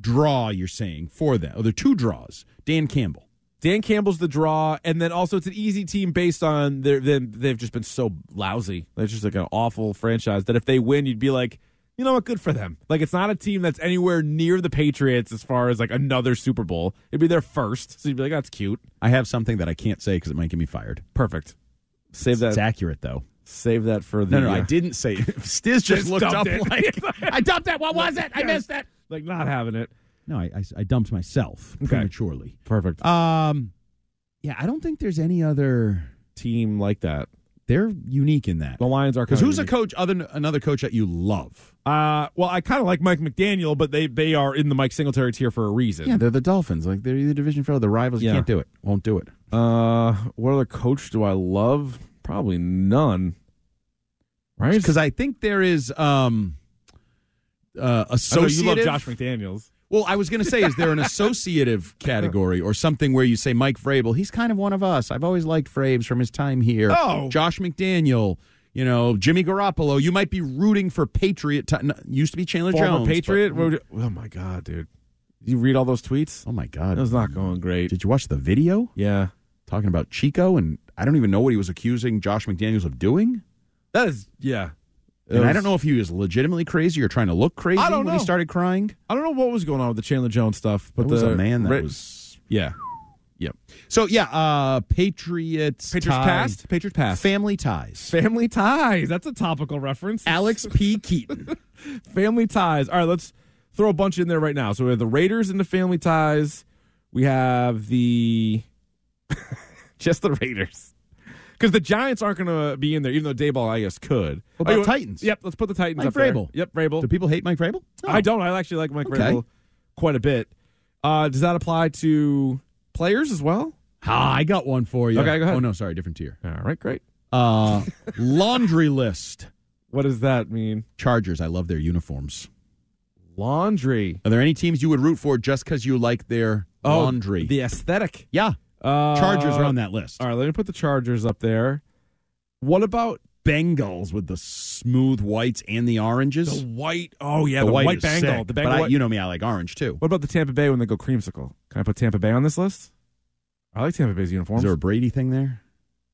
S4: draw you're saying for that, oh, there are two draws. Dan Campbell.
S3: Dan Campbell's the draw, and then also it's an easy team based on their then they've just been so lousy. They're just like an awful franchise that if they win, you'd be like, you know what, good for them. Like it's not a team that's anywhere near the Patriots as far as like another Super Bowl. It'd be their first, so you'd be like, that's cute,
S4: I have something that I can't say because it might get me fired.
S3: perfect. Save that,
S4: It's accurate though.
S3: save that for the.
S4: No, no, I
S3: uh,
S4: didn't say. it. Stiz just, looked
S3: dumped
S4: up
S3: it.
S4: like I dumped that. What was it? I missed that.
S3: Like not having it.
S4: No, I, I, I dumped myself
S3: Okay.
S4: prematurely.
S3: Perfect
S4: Um, yeah, I don't think there's any other.
S3: team like that.
S4: They're unique in that.
S3: The Lions are
S4: Because
S3: kinda
S4: who's a
S3: unique.
S4: coach other than another coach that you love?
S3: Uh, well, I kind of like Mike McDaniel, but they they are in the Mike Singletary tier for a reason.
S4: they're the Dolphins. Like they're the division fellow, the rivals.
S3: You can't
S4: do it. Won't do it.
S3: Uh, what other coach do I love? Probably none. Right?
S4: Because I think there is um, uh,
S3: I know
S4: associative.
S3: you love Josh McDaniels.
S4: Well, I was going to say, is there an associative category or something where you say Mike Vrabel? He's kind of one of us. I've always liked Fraves from his time here.
S3: Oh.
S4: Josh McDaniel, you know, Jimmy Garoppolo. You might be rooting for Patriot. ti- no, used to be Chandler
S3: Former
S4: Jones. but-
S3: Patriot. What would you- oh my God, dude! You read all those tweets?
S4: oh my
S3: That
S4: God!
S3: was not going great.
S4: Did you watch the video
S3: Yeah,
S4: talking about Chico? And I don't even know what he was accusing Josh McDaniels of doing.
S3: that is. Yeah, It
S4: And I
S3: was-
S4: don't know if he was legitimately crazy or trying to look crazy
S3: I don't
S4: when
S3: know.
S4: he started crying.
S3: I don't know what was going on with the Chandler Jones stuff, but
S4: But was
S3: the
S4: a man that
S3: Ra-
S4: was.
S3: yeah, yep.
S4: So yeah, uh, Patriots.
S3: Patriots
S4: tie-
S3: past. Patriots past.
S4: Family ties.
S3: Family ties. That's a topical reference.
S4: Alex P. Keaton.
S3: Family ties. All right, let's throw a bunch in there right now. So we have the Raiders into family ties. We have the just the Raiders because the Giants aren't going to be in there, even though Dayball I guess could. Oh,
S4: What about
S3: you-
S4: Titans?
S3: Yep, let's put the Titans
S4: Mike
S3: up there.
S4: Vrabel.
S3: Yep, Vrabel.
S4: Do people hate Mike Vrabel?
S3: I don't. I actually like Mike
S4: Okay.
S3: Vrabel quite a bit. Uh, does that apply to players as well?
S4: Ah, I got one for you.
S3: Okay, go ahead.
S4: Oh no, sorry, different tier.
S3: All right, great.
S4: Uh, laundry list.
S3: What does that mean?
S4: Chargers. I love their uniforms.
S3: Laundry. Oh,
S4: Are there any teams you would root for just because you like their laundry?
S3: The aesthetic.
S4: yeah,
S3: Uh,
S4: Chargers are on that list.
S3: All right, let me put the Chargers up there. What about
S4: Bengals with the smooth whites and the oranges.
S3: The white. Oh yeah, the,
S4: white
S3: white,
S4: is
S3: Bengal.
S4: sick,
S3: The
S4: But
S3: Bengal.
S4: I, you know me, I like orange too.
S3: what about the Tampa Bay when they go creamsicle? Can I put Tampa Bay on this list? I like Tampa Bay's
S4: Is
S3: uniforms.
S4: there a Brady thing there?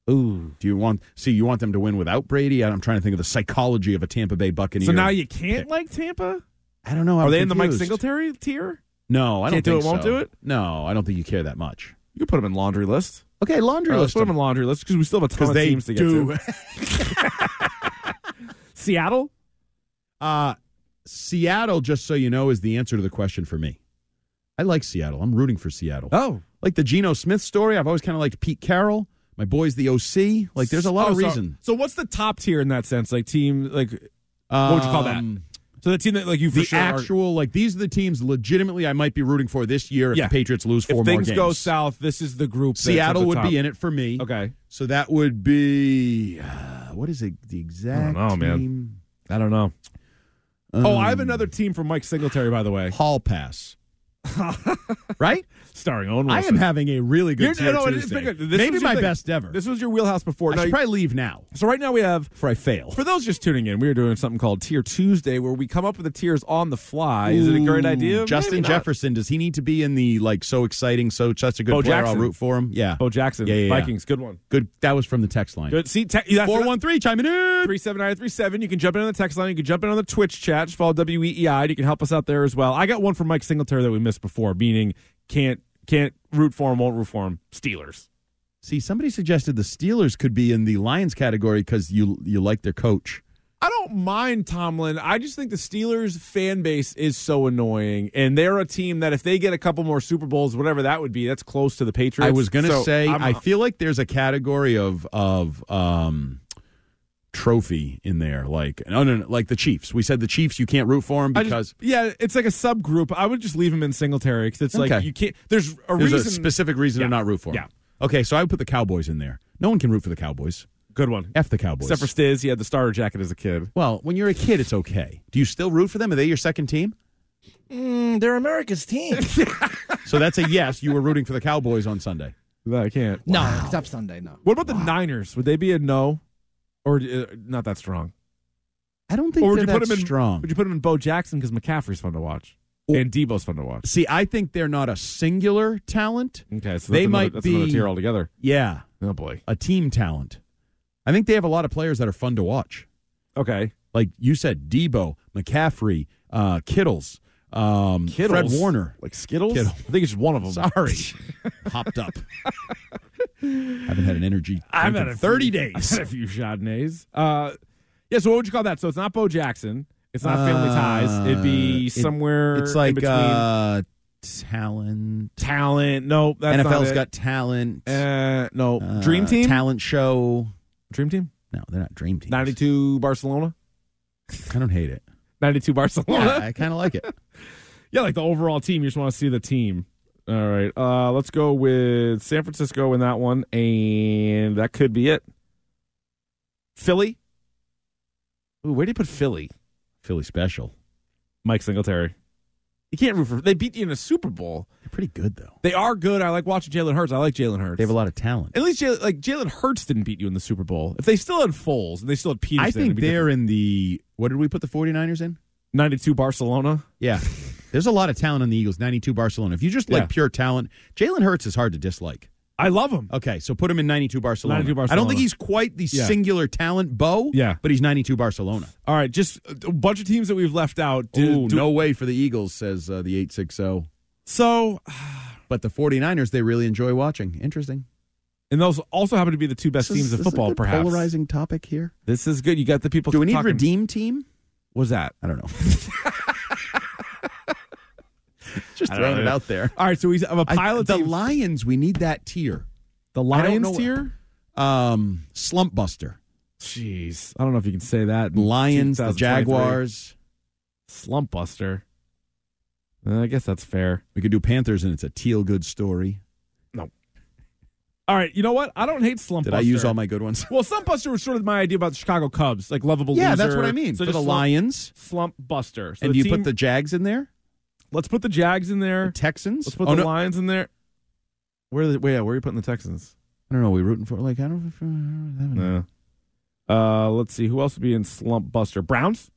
S4: Ooh. Do you want see you want them to win without Brady? I'm trying to think of the psychology of a Tampa Bay Buccaneer.
S3: so now you can't like Tampa?
S4: I don't know.
S3: Are
S4: I'm
S3: they in the Mike
S4: confused.
S3: Singletary tier?
S4: No, I
S3: Can't do
S4: don't think
S3: it, won't
S4: so.
S3: do it?
S4: No, I don't think you care that much.
S3: You can put them in laundry list.
S4: Okay, laundry
S3: All right, let's
S4: list.
S3: put them in laundry list because we still have a ton
S4: Because
S3: of
S4: they
S3: teams to get
S4: do.
S3: to. Seattle.
S4: Uh, Seattle, just so you know, is the answer to the question for me. I like Seattle. I'm rooting for Seattle.
S3: Oh,
S4: Like the Geno Smith story, I've always kind of liked Pete Carroll. My boy's the OC. Like, there's a lot
S3: Oh,
S4: of
S3: so-
S4: reason.
S3: So, what's the top tier in that sense? Like team, like what would you call that?
S4: Um,
S3: So the team that like you for
S4: the
S3: sure are-
S4: actual like these are the teams legitimately I might be rooting for this year if
S3: Yeah.
S4: the Patriots lose
S3: if
S4: four more
S3: things
S4: games.
S3: go south, this is the group. that's at
S4: Seattle
S3: the
S4: would
S3: top.
S4: be in it for me.
S3: Okay,
S4: So that would be uh, what is it? The exact
S3: know, man.
S4: team?
S3: I don't know.
S4: Man.
S3: oh, I have another team from Mike Singletary, by the way,
S4: Hall pass. right?
S3: starring Owen
S4: I
S3: Wilson.
S4: am having a really good
S3: You're-
S4: tier
S3: no, it is
S4: Tuesday.
S3: bigger. This
S4: Maybe
S3: was your
S4: my
S3: thing.
S4: best ever.
S3: This was your wheelhouse before.
S4: I
S3: Now
S4: should
S3: you-
S4: probably leave now
S3: so right now we have
S4: before I fail.
S3: For those just tuning in, we are doing something called Tier Tuesday, where we come up with the tiers on the fly. Is it a great
S4: Ooh,
S3: idea?
S4: Justin
S3: Maybe not.
S4: Jefferson, does he need to be in the like so exciting, so such a good
S3: Bo
S4: player?
S3: Jackson.
S4: I'll root for him. Yeah.
S3: Bo Jackson,
S4: Yeah, yeah, yeah.
S3: Vikings, good one.
S4: Good. That was from the text line.
S3: Good. See, te- that's
S4: Four one three chiming in.
S3: three seven nine three seven. You can jump in on the text line. You can jump in on the Twitch chat. Just follow WEEI. You can help us out there as well. I got one from Mike Singletary that we missed before, meaning can't can't root for him, won't root for him. Steelers.
S4: See, somebody suggested the Steelers could be in the Lions category because you you like their coach.
S3: I don't mind Tomlin. I just think the Steelers fan base is so annoying, and they're a team that if they get a couple more Super Bowls, whatever that would be, that's close to the Patriots.
S4: I was gonna
S3: So,
S4: say
S3: I'm-
S4: I feel like there's a category of of um trophy in there, like no, no, no, like the Chiefs. We said the Chiefs you can't root for them
S3: I just-
S4: because
S3: yeah, it's like a subgroup. I would just leave him in Singletary because it's like
S4: Okay.
S3: you can't. There's a
S4: there's
S3: reason.
S4: a specific reason
S3: Yeah.
S4: to not root for 'em.
S3: Yeah.
S4: Okay, so I would put the Cowboys in there. No one can root for the Cowboys.
S3: good one,
S4: F the Cowboys.
S3: except for Stiz. He had the starter jacket as a kid.
S4: well, when you're a kid, it's okay. Do you still root for them? Are they your second team?
S2: Mm, they're America's team.
S4: So that's a yes. You were rooting for the Cowboys on Sunday.
S3: No, I can't.
S2: No, except Sunday. No.
S3: What about the Niners? Would they be a no, or uh, not that strong?
S4: I don't think
S3: or would
S4: they're
S3: you put
S4: that
S3: him in
S4: strong.
S3: Would you put him in Bo Jackson because McCaffrey's fun to watch
S4: Or-
S3: and Debo's fun to watch?
S4: See, I think they're not a singular talent.
S3: Okay, so that's
S4: They
S3: another,
S4: might
S3: that's another
S4: be-
S3: tier altogether.
S4: Yeah,
S3: Oh boy.
S4: a team talent. I think they have a lot of players that are fun to watch.
S3: Okay.
S4: Like you said, Debo, McCaffrey, uh, Kittles, um, Fred
S3: Kittles?
S4: Warner.
S3: like Skittles.
S4: Kittle.
S3: I think it's just one of them.
S4: Sorry, popped up. Haven't had an energy.
S3: I've
S4: drink
S3: had
S4: in
S3: a
S4: thirty
S3: few- I've
S4: days.
S3: had a few Chardonnays. Uh, yeah. So what would you call that? So it's not Bo Jackson. It's not Family Ties. It'd be
S4: Uh, it-
S3: somewhere.
S4: It's like
S3: in between.
S4: uh, talent.
S3: talent. No, that's not
S4: NFL's
S3: it.
S4: got talent.
S3: Uh, no,
S4: uh,
S3: Dream Team.
S4: talent show.
S3: Dream Team.
S4: No, they're not dream teams.
S3: Ninety-two Barcelona.
S4: I don't hate it.
S3: Ninety-two Barcelona.
S4: Yeah, I kind of like it.
S3: Yeah, like the overall team. You just want to see the team. All right. Uh, let's go with San Francisco in that one, and that could be it. Philly. Ooh, where do you put Philly?
S4: Philly special.
S3: Mike Singletary. You can't root for. They beat you in a Super Bowl.
S4: They're pretty good though.
S3: They are good. I like watching Jalen Hurts. I like Jalen Hurts.
S4: They have a lot of talent.
S3: At least Jalen, like Jalen Hurts didn't beat you in the Super Bowl. If they still had Foles and they still had Peterson,
S4: I
S3: it'd
S4: think
S3: be
S4: they're
S3: different.
S4: in the what did we put the 49ers in?
S3: 92 Barcelona.
S4: Yeah. There's a lot of talent on the Eagles, 92 Barcelona. If you just like
S3: Yeah.
S4: pure talent, Jalen Hurts is hard to dislike.
S3: I love him.
S4: Okay, so put him in 92 Barcelona.
S3: 92
S4: I don't
S3: Barcelona.
S4: think he's quite the
S3: Yeah.
S4: singular talent Bo,
S3: Yeah.
S4: but he's 92 Barcelona.
S3: All right, just a bunch of teams that we've left out. Do,
S4: Ooh,
S3: do-
S4: no way for the Eagles says uh, the 860.
S3: So,
S4: But the 49ers they really enjoy watching. Interesting.
S3: and those also happen to be the two best
S4: This is-
S3: teams of
S4: this is a
S3: football.
S4: good
S3: Perhaps
S4: polarizing topic here.
S3: this is good. You got the people.
S4: Do we need
S3: talking.
S4: redeem team?
S3: What's that?
S4: I don't know. Just
S3: I don't
S4: throwing it
S3: know.
S4: out there.
S3: All right, so we have a
S4: I-
S3: pile of
S4: the
S3: teams.
S4: Lions, we need that tier.
S3: the
S4: I
S3: Lions
S4: don't know-
S3: tier.
S4: Um, slump buster.
S3: Jeez, I don't know if you can say that. in
S4: Lions, the
S3: 2023.
S4: Jaguars.
S3: slump buster. Uh, I guess that's fair.
S4: We could do Panthers, and it's a teal good story.
S3: All right, you know what? I don't hate slump.
S4: Did I
S3: buster.
S4: use all my good ones?
S3: Well, slump buster was sort of my idea about the Chicago Cubs, like lovable
S4: yeah,
S3: loser.
S4: that's what I mean.
S3: So
S4: For the
S3: just slump,
S4: Lions,
S3: slump buster. So
S4: and
S3: the
S4: you
S3: team-
S4: put the Jags in there,
S3: let's put the Jags in
S4: the
S3: there.
S4: Texans.
S3: Let's put
S4: oh,
S3: the
S4: no,
S3: Lions in there. Where? Are the, wait, yeah, where are you putting the Texans?
S4: I don't know. uh, Are we rooting for like I don't. I don't know.
S3: No. Uh, let's see. Who else would be in Slump Buster? Browns?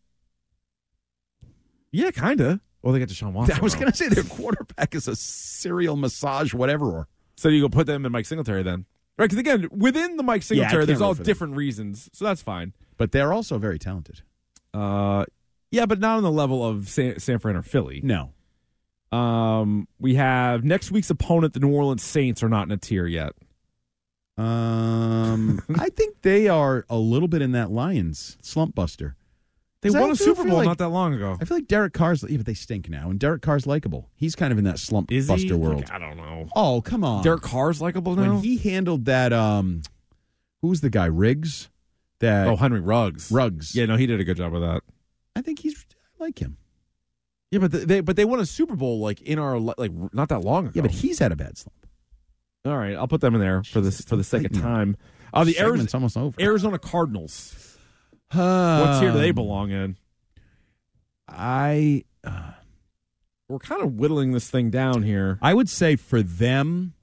S3: Yeah, kind of.
S4: Oh,
S3: Well, they got Deshaun Watson.
S4: I was
S3: though.
S4: gonna say their quarterback is a serial massage, whatever. Or
S3: So you go put them in Mike Singletary then. Right, because again, within the Mike
S4: Yeah, I
S3: Singletary,
S4: can't
S3: there's
S4: root
S3: all
S4: for them.
S3: different reasons, so that's fine.
S4: but they're also very talented.
S3: Uh, yeah, but not on the level of San, San Fran or Philly.
S4: No,
S3: Um, we have next week's opponent, the New Orleans Saints, are not in a tier yet.
S4: Um, I think they are a little bit in that Lions slump buster.
S3: They
S4: 'Cause I
S3: won a
S4: do
S3: Super
S4: feel
S3: Bowl
S4: like-
S3: not that long ago.
S4: I feel like Derek Carr's, yeah, but they stink now, and Derek Carr's likable. He's kind of in that slump
S3: Is he?
S4: buster world.
S3: Like, I don't know.
S4: Oh, come on,
S3: Derek Carr's likable now.
S4: When he handled that um who's the guy Riggs that
S3: Oh, Henry Ruggs.
S4: Ruggs.
S3: Yeah, no, he did a good job with that.
S4: I think he's I like him.
S3: Yeah, but they but they won a Super Bowl like in our like not that long ago.
S4: Yeah, but he's had a bad slump.
S3: all right, I'll put them in there for this for the sake of
S4: fight me.
S3: time. Uh, the Arizona,
S4: Segment's almost over.
S3: Arizona Cardinals.
S4: Uh,
S3: What tier do they belong in?
S4: I
S3: We're kind of whittling this thing down here
S4: I would say for them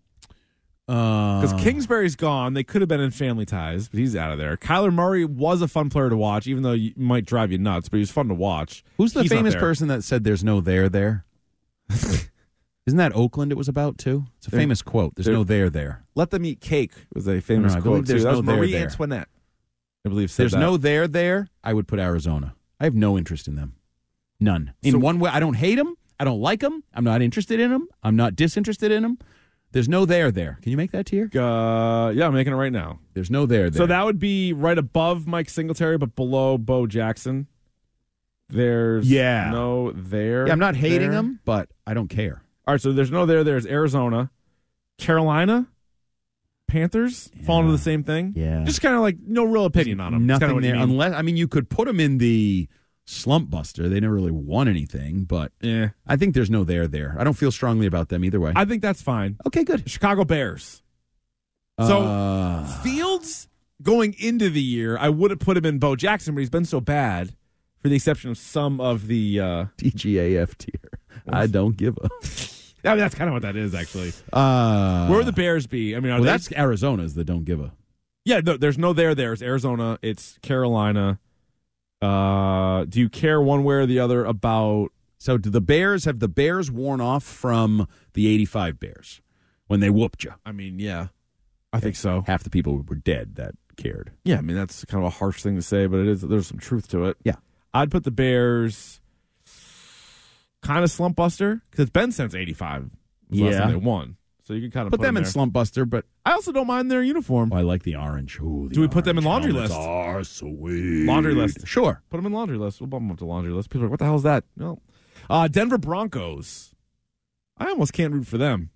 S3: because Uh.
S4: because
S3: Kingsbury's gone. They could have been in family ties, but he's out of there. Kyler Murray was a fun player to watch, even though you might drive you nuts, but he was fun to watch.
S4: Who's the
S3: He's not
S4: famous
S3: there.
S4: person that said there's no there there? Isn't that Oakland it was about too? It's a
S3: There-
S4: famous quote. There's
S3: there-
S4: no there there.
S3: Let them eat cake was a famous
S4: No, I believe
S3: quote. too.
S4: there's
S3: That
S4: no
S3: was
S4: there
S3: Marie
S4: there.
S3: Antoinette. I believe said
S4: There's
S3: that.
S4: no there there. I would put Arizona. I have no interest in them. None. In
S3: So-
S4: one way I don't hate them. I don't like them. I'm not interested in them. I'm not disinterested in them. There's no there there. Can you make that tier?
S3: Uh, yeah, I'm making it right now.
S4: There's no there there.
S3: So that would be right above Mike Singletary, but below Bo Jackson. There's
S4: Yeah.
S3: no there.
S4: yeah, I'm not
S3: there.
S4: hating them, but I don't care.
S3: All right, so there's no there. There's Arizona, Carolina, Panthers fall into the same thing.
S4: Yeah.
S3: just kind of like no real opinion on them.
S4: Nothing there, unless I mean you could put them in the slump buster. They never really won anything, but
S3: yeah,
S4: I think there's no there there. I don't feel strongly about them either way.
S3: I think that's fine.
S4: okay, good.
S3: Chicago Bears. So-
S4: Uh,
S3: Fields going into the year, I would have put him in Bo Jackson, but he's been so bad, for the exception of some of the. Uh,
S4: TGAF tier. I don't give up.
S3: I mean, that's kind of what that is actually.
S4: Uh,
S3: Where would the Bears be? I mean, are
S4: well,
S3: they
S4: that's Arizona's that don't give a.
S3: Yeah, no, there's no there. There's Arizona. It's Carolina. Uh, do you care one way or the other about?
S4: So do the Bears have the Bears worn off from the '85 Bears when they whooped you?
S3: I mean, yeah, I think so.
S4: Half the people were dead that cared.
S3: Yeah, I mean that's kind of a harsh thing to say, but it is. There's some truth to it.
S4: Yeah.
S3: I'd put the Bears kind of slump buster because it's been since '85. last
S4: Yeah.
S3: time they won. So you can kind of
S4: Put,
S3: put,
S4: them in
S3: there.
S4: slump buster, but
S3: I also don't mind their uniform.
S4: oh, I like the orange. Ooh, the
S3: Do we put them in
S4: orange
S3: laundry
S4: helmets
S3: list?
S4: Are sweet.
S3: Laundry list.
S4: Sure.
S3: Put them in laundry list. We'll bump them up to laundry list. People are like, "What the hell is that?" No. Uh, Denver Broncos. I almost can't root for them.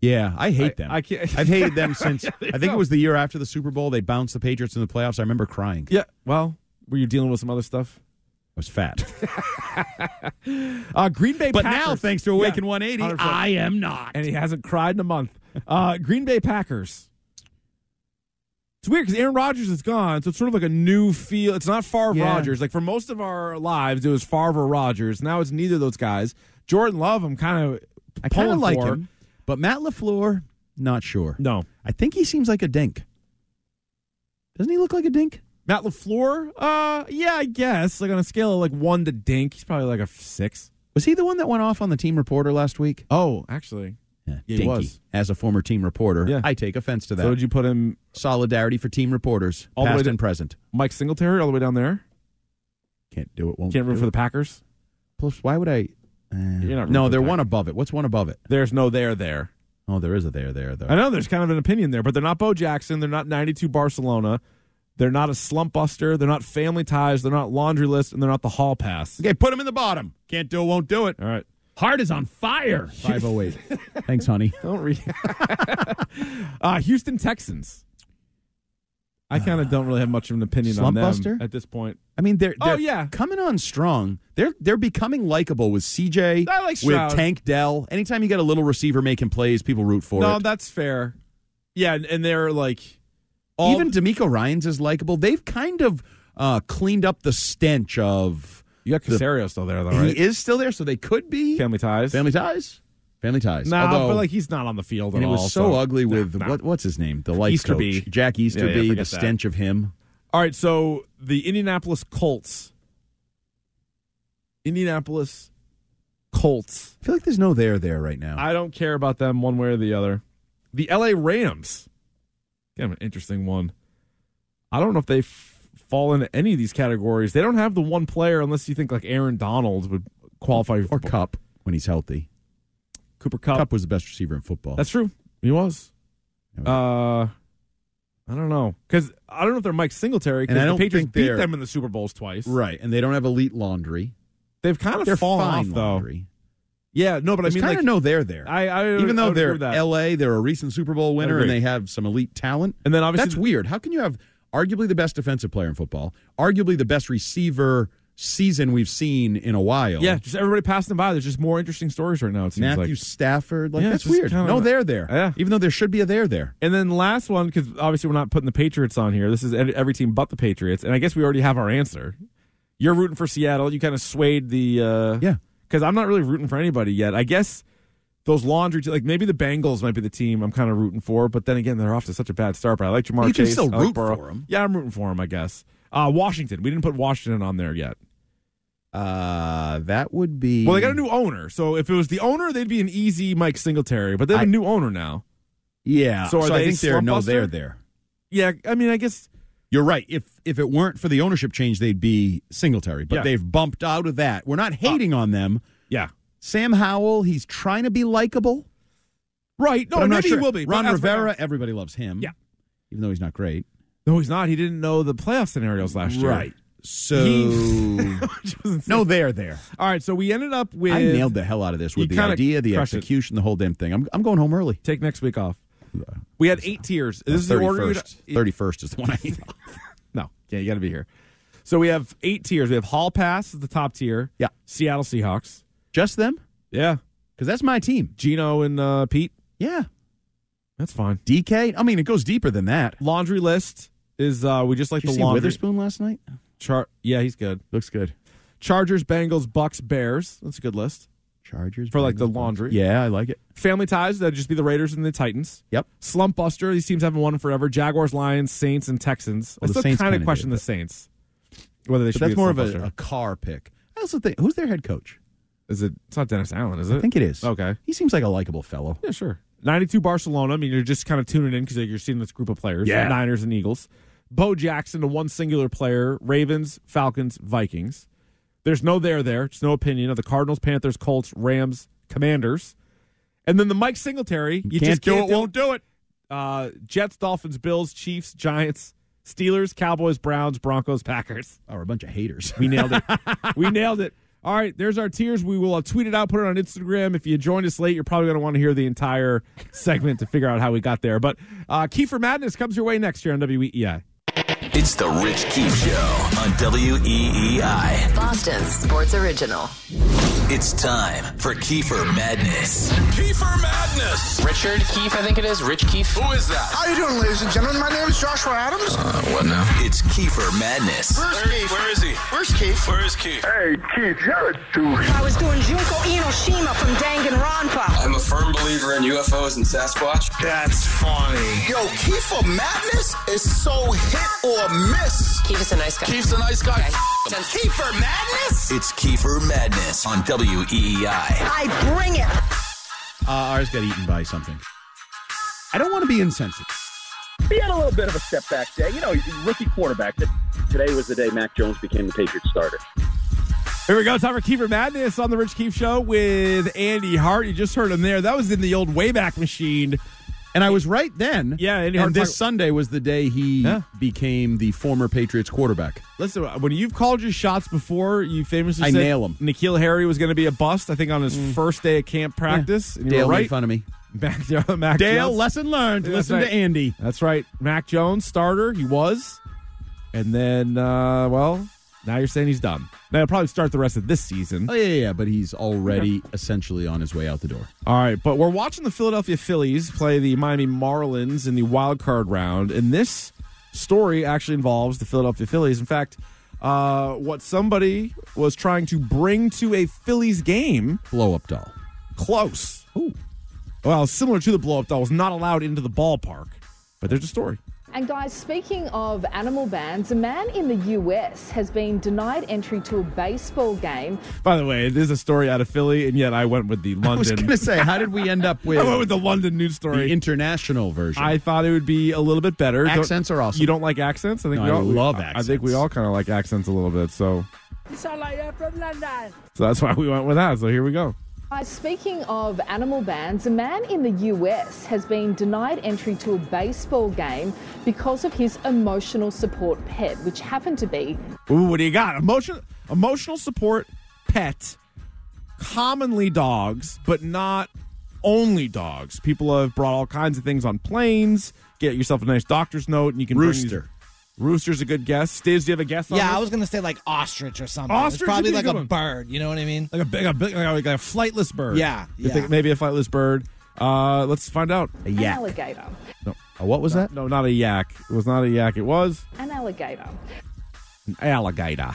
S4: Yeah, I hate them.
S3: I can't.
S4: I've hated them since
S3: Yeah,
S4: I think it was the year after the Super Bowl. They bounced the Patriots in the playoffs. I remember crying. I
S3: Yeah. Well, were you dealing with some other stuff?
S4: was fat.
S3: Uh, Green Bay,
S4: But
S3: Packers.
S4: now, thanks to Awaken 180,
S3: 100%.
S4: I am not.
S3: and he hasn't cried in a month. Uh, Green Bay Packers. It's weird because Aaron Rodgers is gone, so it's sort of like a new feel. It's not Favre
S4: Yeah.
S3: Rodgers. Like for most of our lives, it was Favre or Rodgers. Now it's neither of those guys. Jordan Love, I'm kind of
S4: I kind
S3: pulling
S4: of like
S3: for.
S4: him. But Matt LaFleur, not sure.
S3: No,
S4: I think he seems like a dink. Doesn't he look like a dink?
S3: Matt Lafleur. Uh, yeah, I guess like on a scale of like one to dink, he's probably like a six.
S4: Was he the one that went off on the team reporter last week?
S3: Oh, actually,
S4: Yeah,
S3: he
S4: dinky.
S3: was.
S4: As a former team reporter,
S3: Yeah.
S4: I take offense to that.
S3: so would you put him
S4: Solidarity for team reporters,
S3: All the way
S4: past
S3: to-
S4: and present.
S3: Mike Singletary all the way down there?
S4: Can't do it. Won't
S3: Can't root
S4: do
S3: for
S4: it.
S3: the Packers.
S4: Plus, why would I? Uh,
S3: not rooting
S4: no,
S3: for the
S4: they're
S3: Packers.
S4: one above it. What's one above it?
S3: There's no there there.
S4: Oh, there is a there there though.
S3: I know there's kind of an opinion there, but they're not Bo Jackson. They're not 92 Barcelona. They're not a slump buster. They're not family ties. They're not laundry list, and they're not the hall pass.
S4: Okay, put him in the bottom. Can't do it, won't do it.
S3: All right.
S4: Heart is on fire. 508. Thanks, honey.
S3: Don't read. uh, Houston Texans. I kind of don't really have much of an opinion on
S4: Ah. Slump
S3: them
S4: buster?
S3: at this point.
S4: I mean, they're,
S3: Oh,
S4: they're
S3: yeah.
S4: coming on strong. They're they're becoming likable with CJ,
S3: I like Stroud.
S4: with Tank Dell. Anytime you got a little receiver making plays, people root for
S3: no,
S4: it.
S3: that's fair. Yeah, and, and they're like all
S4: Even D'Amico Ryan's is likable. They've kind of uh, cleaned up the stench of
S3: you got
S4: the-
S3: Casario still there though,
S4: he
S3: right?
S4: is still there, so they could be
S3: Family ties.
S4: family ties. Family ties.
S3: No,
S4: Although,
S3: but like he's not on the field
S4: and
S3: at
S4: it was
S3: all.
S4: so, ugly
S3: Nah,
S4: with
S3: nah.
S4: what what's his name? The life
S3: Easterby.
S4: coach, Jack
S3: forget
S4: Easterby. the
S3: that.
S4: stench of him.
S3: All right, so the Indianapolis Colts. Indianapolis Colts.
S4: I feel like there's no there there right now.
S3: I don't care about them one way or the other. The LA Rams. Kind of an interesting one. I don't know if they f- fall into any of these categories. They don't have the one player unless you think like Aaron Donald would qualify
S4: or
S3: for
S4: Cup when he's healthy.
S3: Cooper Cup.
S4: Cup was the best receiver in football.
S3: That's true. He was.
S4: Yeah, we-
S3: Uh I don't know because I don't know if they're Mike Singletary
S4: And
S3: because
S4: I
S3: the
S4: don't
S3: Patriots
S4: think
S3: beat
S4: they're-
S3: them in the Super Bowls twice.
S4: right, and they don't have elite laundry.
S3: They've kind of
S4: They're
S3: fallen
S4: fine
S3: off though.
S4: laundry.
S3: Yeah, no, but I
S4: There's
S3: mean,
S4: kind
S3: like,
S4: of no there there.
S3: I, I
S4: Even
S3: I
S4: though
S3: would
S4: they're
S3: agree with that.
S4: LA, they're a recent Super Bowl winner, and
S3: agree.
S4: they have some elite talent.
S3: And then obviously-
S4: that's weird. How can you have arguably the best defensive player in football, arguably the best receiver season we've seen in a while?
S3: yeah, just everybody passing by. There's just more interesting stories right now. It seems
S4: Matthew
S3: like.
S4: Stafford. Like
S3: Yeah,
S4: that's
S3: it's just
S4: weird.
S3: kinda-
S4: no there there.
S3: Yeah.
S4: Even though there should be a there there.
S3: And then last one, because obviously we're not putting the Patriots on here. This is ed- every team but the Patriots, and I guess we already have our answer. You're rooting for Seattle. You kind of swayed the uh,
S4: Yeah.
S3: Because I'm not really rooting for anybody yet. I guess those laundry, like maybe the Bengals might be the team I'm kind of rooting for. But then again, they're off to such a bad start. But I like Jamar
S4: You can
S3: Chase.
S4: still
S3: I like
S4: root
S3: Burrow.
S4: for 'em.
S3: Yeah, I'm rooting for them. I guess. Uh, Washington. We didn't put Washington on there yet.
S4: Uh, that would be.
S3: Well, they got a new owner. So if it was the owner, they'd be an easy Mike Singletary. But they have a
S4: I-
S3: new owner now.
S4: Yeah.
S3: So are
S4: I
S3: they
S4: think they're no
S3: slump
S4: there
S3: buster?
S4: there.
S3: Yeah, I mean, I guess
S4: You're right. If if it weren't for the ownership change, they'd be Singletary. But
S3: Yeah. Ah.
S4: they've bumped out of that. We're not hating on them.
S3: yeah.
S4: Sam Howell, he's trying to be likable.
S3: Right. No,
S4: but I'm
S3: maybe
S4: not sure.
S3: he will be.
S4: Ron
S3: But as for now-
S4: Rivera, everybody loves him.
S3: Yeah.
S4: Even though he's not great.
S3: No, he's not. He didn't know the playoff scenarios last year.
S4: So
S3: Which was insane.
S4: no there there.
S3: All right. So we ended up with.
S4: I nailed the hell out of this with
S3: You
S4: the
S3: kinda
S4: idea, the
S3: crushed it.
S4: execution, the whole damn thing. I'm I'm going home early.
S3: Take next week off. We had eight tiers. This is the order. you'd-
S4: 31st. 31st is the one I need.
S3: No. Yeah, you got to be here. So we have eight tiers. We have Hall Pass is the top tier.
S4: Yeah.
S3: Seattle Seahawks.
S4: Just them?
S3: Yeah.
S4: Because that's my team.
S3: Gino and uh, Pete.
S4: Yeah.
S3: That's fine.
S4: DK? I mean, it goes deeper than that.
S3: Laundry list is uh we just like
S4: Did you
S3: the
S4: see
S3: laundry.
S4: Witherspoon last night?
S3: Char- yeah, he's good.
S4: Looks good.
S3: Chargers, Bengals, Bucks, Bears. That's a good list
S4: Chargers.
S3: for like the
S4: Bengals.
S3: laundry.
S4: Yeah, I like it.
S3: Family ties, that'd just be the Raiders and the Titans.
S4: Yep.
S3: Slump Buster, these teams haven't won forever. Jaguars, Lions, Saints, and Texans. I
S4: Well, the
S3: still
S4: Saints
S3: kind of
S4: kinda
S3: question
S4: did,
S3: the Saints. Whether they
S4: But
S3: should
S4: that's
S3: be
S4: more of a,
S3: slump
S4: a
S3: buster.
S4: car pick. I also think who's their head coach?
S3: Is it it's not Dennis Allen, is it?
S4: I think it is.
S3: Okay.
S4: He seems like a likable fellow.
S3: Yeah, sure. 92 Barcelona. I mean, you're just kind of tuning in because you're seeing this group of players.
S4: Yeah.
S3: Niners and Eagles. Bo Jackson to one singular player. Ravens, Falcons, Vikings. There's no there there. Just no opinion of the Cardinals, Panthers, Colts, Rams, Commanders. And then the Mike Singletary. You
S4: Can't
S3: just
S4: do
S3: can't
S4: it, won't do it.
S3: Uh, Jets, Dolphins, Bills, Chiefs, Giants, Steelers, Cowboys, Browns, Broncos, Packers.
S4: Or Oh, a bunch of haters.
S3: We nailed it. we nailed it. All right, there's our tiers. We will uh, tweet it out, put it on Instagram. If you joined us late, you're probably going to want to hear the entire segment to figure out how we got there. But uh, Kiefer Madness comes your way next year on E WEEI.
S1: It's the Rich Keefe Show on E WEEI.
S7: Boston Sports Original.
S1: It's time for Kiefer Madness.
S8: Kiefer Madness.
S9: Richard Keefe, I think it is. Rich Keefe.
S8: Who is that?
S10: How you doing, ladies and gentlemen? My name is Joshua Adams.
S1: What now? It's Kiefer Madness.
S10: Where's
S8: Where,
S10: Keith?
S8: where is he?
S10: Where's Keith?
S8: Where is Keith?
S11: Hey, Keith, you're a douche.
S12: I was doing Junko Inoshima from Danganronpa.
S9: I'm a firm believer in UFOs and Sasquatch.
S8: That's funny.
S11: Yo, Kiefer Madness is so hit or miss.
S7: Keith is a nice guy.
S8: Keith's a nice guy.
S7: Okay.
S8: F- him. Kiefer Madness?
S1: It's Kiefer Madness on E WEEI.
S12: I bring it.
S4: Uh, ours got eaten by something. I don't want to be insensitive.
S11: He had a little bit of a step back day. You know, he's a rookie quarterback. Today was the day Mac Jones became the Patriots starter.
S3: Here we go. Time for Kiefer Madness on the Rich Keefe Show with Andy Hart. You just heard him there. That was in the old Wayback Machine.
S4: And I was right then.
S3: Yeah, and
S4: and,
S3: you heard
S4: this
S3: talk-
S4: Sunday was the day he
S3: Yeah.
S4: became the former Patriots quarterback.
S3: Listen, when you've called your shots before, you famously
S4: I
S3: said
S4: nail 'em.
S3: Nikhil Harry was going to be a bust, I think, on his first day at camp practice. And you
S4: Dale
S3: were
S4: made
S3: right.
S4: fun of me.
S3: Back there on Mac
S4: Dale,
S3: Jones.
S4: lesson learned.
S3: Yeah,
S4: Listen
S3: that's
S4: to
S3: right.
S4: Andy.
S3: That's right. Mac Jones, starter, he was. And then, uh, well, now you're saying he's done. Now he'll probably start the rest of this season.
S4: Oh yeah, yeah, yeah, but he's already essentially on his way out the door.
S3: All right, but we're watching the Philadelphia Phillies play the Miami Marlins in the wild card round, and this story actually involves the Philadelphia Phillies. In fact, uh, what somebody was trying to bring to a Phillies game
S4: Blow up doll.
S3: close. Well, similar to the blow up doll was not allowed into the ballpark, but there's a story.
S12: And guys, speaking of animal bans, a man in the US has been denied entry to a baseball game.
S3: By the way, it is a story out of Philly, and yet I went with the London.
S4: I was going to say, how did we end up with,
S3: I went with the London news
S4: the
S3: story.
S4: international version?
S3: I thought it would be a little bit better. Don't-
S4: Accents are awesome.
S3: You don't like accents? I think
S4: No,
S3: we
S4: I
S3: all we-
S4: love
S3: I think we
S4: accents.
S3: all kind of like accents a little bit. So. So that's why we went with that. So here we go.
S12: Guys, speaking of animal bans, a man in the US has been denied entry to a baseball game because of his emotional support pet, which happened to be
S3: Ooh, what do you got? Emotion, emotional support pet commonly dogs, but not only dogs. People have brought all kinds of things on planes. Get yourself a nice doctor's note, and you can Bring
S4: Rooster.
S3: these, rooster's a good guess. Stiz, do you have a guess on
S2: Yeah,
S3: this?
S2: I was gonna say like ostrich or something.
S3: Ostrich
S2: it's
S3: would
S2: probably
S3: be a
S2: like
S3: good
S2: a
S3: one.
S2: bird. You know what I mean?
S3: like a big, a big, like a, like a flightless bird.
S2: Yeah,
S3: You
S2: yeah.
S3: think maybe a flightless bird. Uh, let's find out. A
S12: An alligator.
S3: No,
S4: Uh, what was that?
S3: No, not a yak. It was not a yak. It was
S12: An alligator.
S3: an alligator.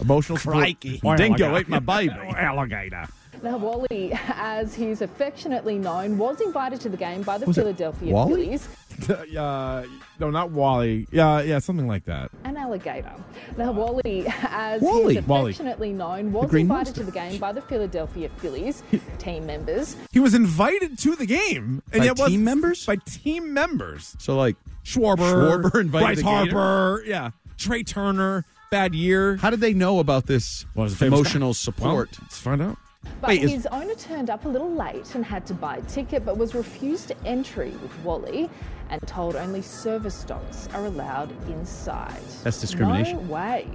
S3: Emotional support- Oh,
S2: Crikey.
S3: Or
S4: Dingo
S3: alligator.
S4: ate my baby.
S3: Or Oh, alligator.
S12: Now, Wally, as he's affectionately known, was invited to the game by the
S4: Was it
S12: Philadelphia
S4: Wally?
S12: Phillies.
S3: uh, no, not Wally. Yeah, yeah, something like that.
S12: An alligator. Now, Wally, as
S3: Wally.
S12: he is
S3: Wally.
S12: affectionately known, was
S3: green
S12: invited
S3: monster.
S12: to the game by the Philadelphia Phillies team members.
S3: He was invited to the game, and
S4: By
S3: yet was
S4: team members?
S3: by team members.
S4: So like,
S3: Schwarber,
S4: Schwarber invited
S3: Bryce
S4: the Gator?
S3: Harper, yeah, Trey Turner. Bad year.
S4: how did they know about this
S3: Well, it's a famous
S4: emotional
S3: guy.
S4: support?
S3: Well, let's find out.
S12: But
S4: Wait, is-
S12: his owner turned up a little late and had to buy a ticket, but was refused entry with Wally and told only service dogs are allowed inside.
S4: That's discrimination.
S12: No way.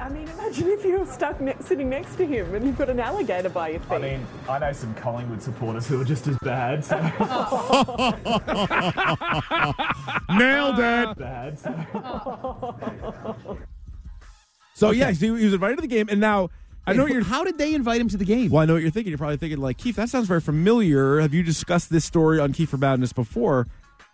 S13: I mean, imagine if you were stuck ne- sitting next to him and you've got an alligator by your feet.
S14: I mean, I know some Collingwood supporters who are just as bad. So
S3: Nailed it.
S14: bad. So.
S3: So yeah, so he was invited to the game, and now I know what you're.
S4: How did they invite him to the game?
S3: Well, I know what you're thinking. You're probably thinking like Keith. That sounds very familiar. Have you discussed this story on Keith for Madness before?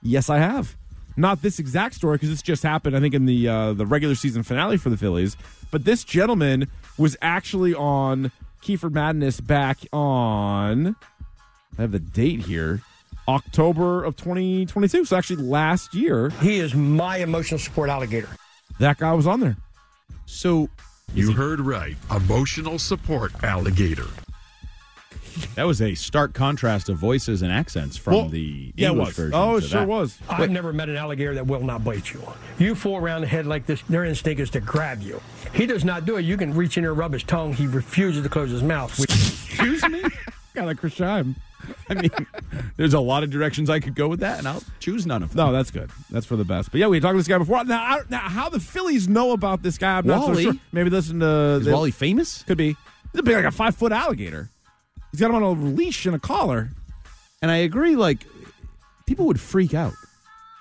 S3: Yes, I have. Not this exact story because this just happened. I think in the uh, the regular season finale for the Phillies. But this gentleman was actually on Kiefer Madness back on. I have the date here, October of 2022. So actually last year,
S5: He is my emotional support alligator.
S3: that guy was on there.
S4: So
S1: You heard right. Emotional support alligator.
S4: that was a stark contrast of voices and accents from
S3: Well,
S4: the
S3: yeah, it
S4: English
S3: was.
S4: version.
S3: Oh, it
S4: to
S3: sure
S4: that.
S3: was.
S5: I've never met an alligator that will not bite you. You fool around the head like this, their instinct is to grab you. He does not do it. You can reach in there, rub his tongue. He refuses to close his mouth.
S4: Excuse me.
S3: Got a Krishan.
S4: I mean, there's a lot of directions I could go with that, and I'll choose none of them.
S3: No, that's good. That's for the best. But yeah, we talked to this guy before. Now, I, now how the Phillies know about this guy? I'm not so
S4: Wally?
S3: sure. Maybe listen to
S4: Is
S3: they-
S4: Wally famous?
S3: Could be. He's a big, like a five foot alligator. He's got him on a leash and a collar.
S4: And I agree, like, people would freak out.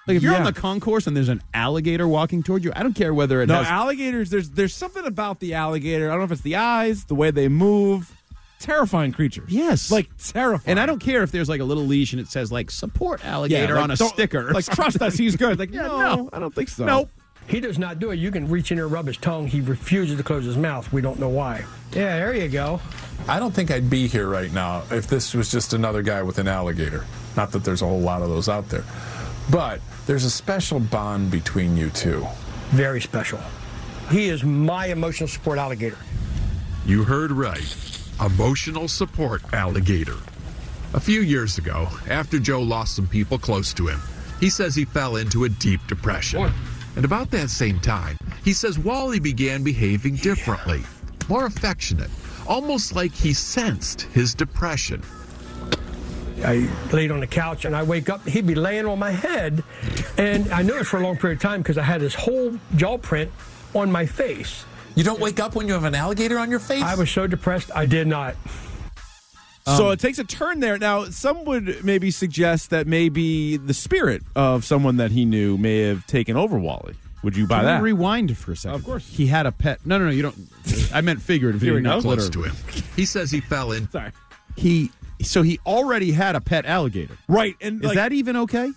S4: Like, if you're
S3: Yeah.
S4: on the concourse and there's an alligator walking toward you, I don't care whether it
S3: No,
S4: has.
S3: alligators. There's there's something about the alligator. I don't know if it's the eyes, the way they move. Terrifying creatures.
S4: Yes.
S3: like terrifying.
S4: and I don't care if there's like a little leash and it says like support
S3: Yeah,
S4: alligator
S3: like,
S4: on a
S3: don't-
S4: sticker. or
S3: Like trust us, he's good. Like
S4: Yeah,
S3: no,
S4: no.
S3: I don't think so.
S4: Nope.
S5: He does not do it. You can reach in there, rub his tongue. He refuses to close his mouth. We don't know why. Yeah, there you go.
S1: I don't think I'd be here right now if this was just another guy with an alligator. Not that there's a whole lot of those out there. But there's a special bond between you two.
S5: Very special. He is my emotional support alligator.
S1: You heard right. Emotional support alligator. A few years ago, after Joe lost some people close to him, he says he fell into a deep depression. And about that same time, he says Wally began behaving differently, more affectionate, almost like he sensed his depression.
S5: I laid on the couch and I wake up, he'd be laying on my head. And I noticed for a long period of time because I had his whole jaw print on my face.
S1: You don't wake up when you have an alligator on your face?
S5: I was so depressed, I did not.
S4: Um,
S3: so it takes a turn there. Now, some would maybe suggest that maybe the spirit of someone that he knew may have taken over Wally. Would you buy
S4: Can we
S3: that?
S4: rewind for a second. Of course. He had a pet. No, no, no. You don't. I meant
S1: Very
S4: figuratively, not
S1: close
S4: literally.
S1: to him. He says he fell in.
S3: Sorry.
S4: He. So he already had a pet alligator.
S3: Right, and
S4: Is
S3: like,
S4: that even okay?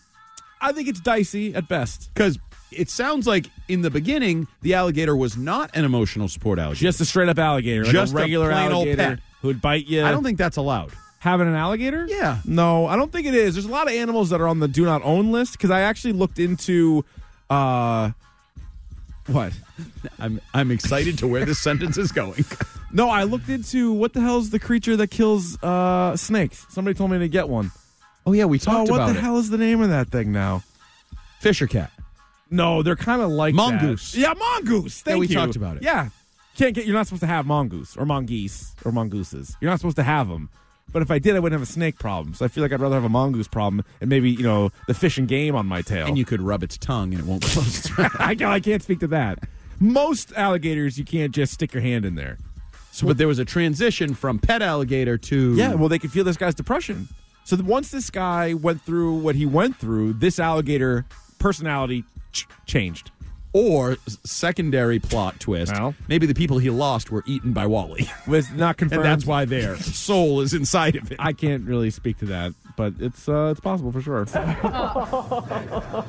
S3: I think it's dicey at best.
S4: Because it sounds like in the beginning the alligator was not an emotional support alligator.
S3: Just a straight up alligator, like
S4: Just
S3: a
S4: a
S3: regular
S4: plain old
S3: alligator
S4: pet.
S3: who would bite you.
S4: I don't think that's allowed.
S3: having an alligator?
S4: Yeah.
S3: No, I don't think it is. There's a lot of animals that are on the do not own list because I actually looked into. uh What?
S4: I'm I'm excited to where this sentence is going.
S3: No, I looked into what the hell's the creature that kills uh snakes? Somebody told me to get one.
S4: Oh yeah, we
S3: Oh,
S4: talked
S3: what
S4: about
S3: the
S4: it.
S3: hell is the name of that thing now?
S4: Fisher cat.
S3: No, they're kind of like
S4: Mongoose.
S3: that. Yeah, mongoose. Thank
S4: we
S3: you.
S4: talked about it.
S3: Yeah, can't get. You're not supposed to have mongoose or mongoose or mongooses. You're not supposed to have them. But if I did, I wouldn't have a snake problem. So I feel like I'd rather have a mongoose problem and maybe you know the fish and game on my tail.
S4: And you could rub its tongue and it won't close its mouth.
S3: I, can't- I can't speak to that. Most alligators, you can't just stick your hand in there.
S4: So, but there was a transition from pet alligator to
S3: Yeah, well, they could feel this guy's depression. So th- once this guy went through what he went through, this alligator personality ch- changed.
S4: Or secondary plot twist. Maybe the people he lost were eaten by Wally.
S3: Was not confirmed.
S4: And that's why their soul is inside of it.
S3: I can't really speak to that, but it's uh, it's possible for sure. All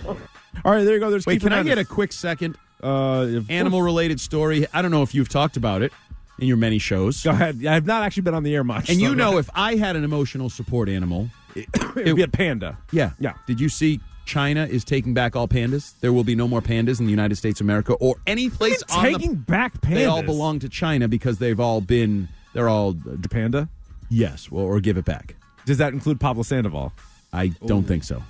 S3: right, there you go. There's
S4: Wait,
S3: Keith
S4: can I
S3: Hernandez.
S4: get a quick second
S3: uh,
S4: animal related story? I don't know if you've talked about it in your many shows.
S3: Go ahead. I've not actually been on the air much.
S4: And
S3: so
S4: you
S3: go
S4: know,
S3: ahead.
S4: if I had an emotional support animal, it,
S3: It'd be a panda.
S4: Yeah. Yeah. Did you see China is taking back all pandas? There will be no more pandas in the United States of America or any place
S3: You're
S4: on the-
S3: taking back
S4: They all
S3: pandas?
S4: belong to China because they've all been they're all
S3: panda?
S4: Yes, well or give it back.
S3: Does that include Pablo Sandoval?
S4: I don't think so.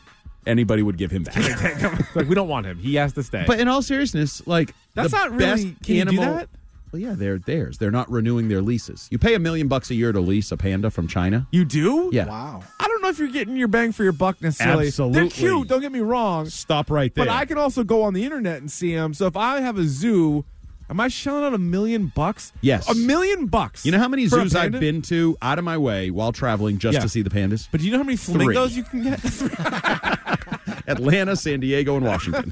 S4: Anybody would give him back.
S3: like we don't want him. He has to stay.
S4: but in all seriousness, like
S3: That's
S4: the
S3: not
S4: best
S3: really- can you do
S4: animal
S3: that?
S4: Well, yeah, they're theirs. They're not renewing their leases. You pay a million bucks a year to lease a panda from China.
S3: You do?
S4: Yeah.
S3: Wow. I don't know if you're getting your bang for your buck necessarily.
S4: Absolutely.
S3: They're cute. Don't get me wrong.
S4: Stop right there.
S3: But I can also go on the internet and see them. So if I have a zoo, am I shelling out a million bucks?
S4: Yes.
S3: A million bucks.
S4: You know how many
S3: for a
S4: zoos I've
S3: panda?
S4: been to out of my way while traveling just
S3: Yeah.
S4: to see the pandas?
S3: But do you know how many
S4: Three.
S3: flamingos you can get?
S4: Atlanta, San Diego, and Washington.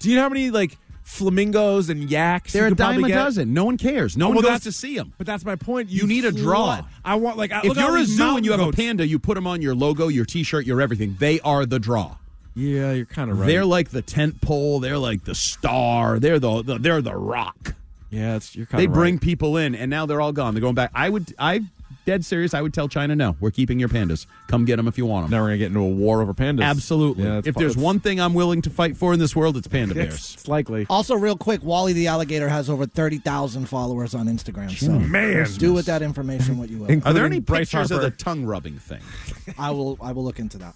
S3: do you know how many like flamingos and yaks?
S4: They're
S3: you
S4: a
S3: could probably
S4: dime a
S3: get?
S4: dozen. No one cares. No
S3: Oh,
S4: one
S3: well,
S4: goes
S3: that's-
S4: to see them.
S3: But that's my point.
S4: You need a draw.
S3: I want like I-
S4: if
S3: look at all
S4: you're a
S3: these
S4: zoo and you have
S3: mountain
S4: a panda, you put them on your logo, your T-shirt, your everything. They are the draw.
S3: Yeah, you're kind of right.
S4: They're like the tent pole. They're like the star. They're the, the they're the rock.
S3: yeah, it's, you're kind
S4: They
S3: of
S4: bring people in, and now they're all gone. They're going back. I would. I'm dead serious. I would tell China, no, we're keeping your pandas. Come get them if you want them.
S3: Now we're gonna get into a war over pandas.
S4: Absolutely.
S3: Yeah, it's
S4: if
S3: fu-
S4: there's
S3: it's-
S4: one thing I'm willing to fight for in this world, it's panda
S3: It's,
S4: bears.
S3: it's likely.
S2: Also, real quick, Wally the alligator has over thirty thousand followers on Instagram. So
S3: Man.
S2: do with that information what you will.
S4: Are there any
S3: Including Bryce
S4: pictures
S3: Harper.
S4: of the tongue rubbing thing?
S2: I will. I will look into that.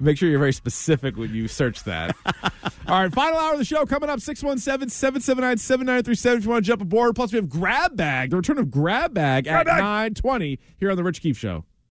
S3: Make sure you're very specific when you search that. All right, final hour of the show coming up 617 779 7937 if you want to jump aboard. Plus, we have Grab Bag, the return of Grab Bag at 920 here on The Rich Keefe Show.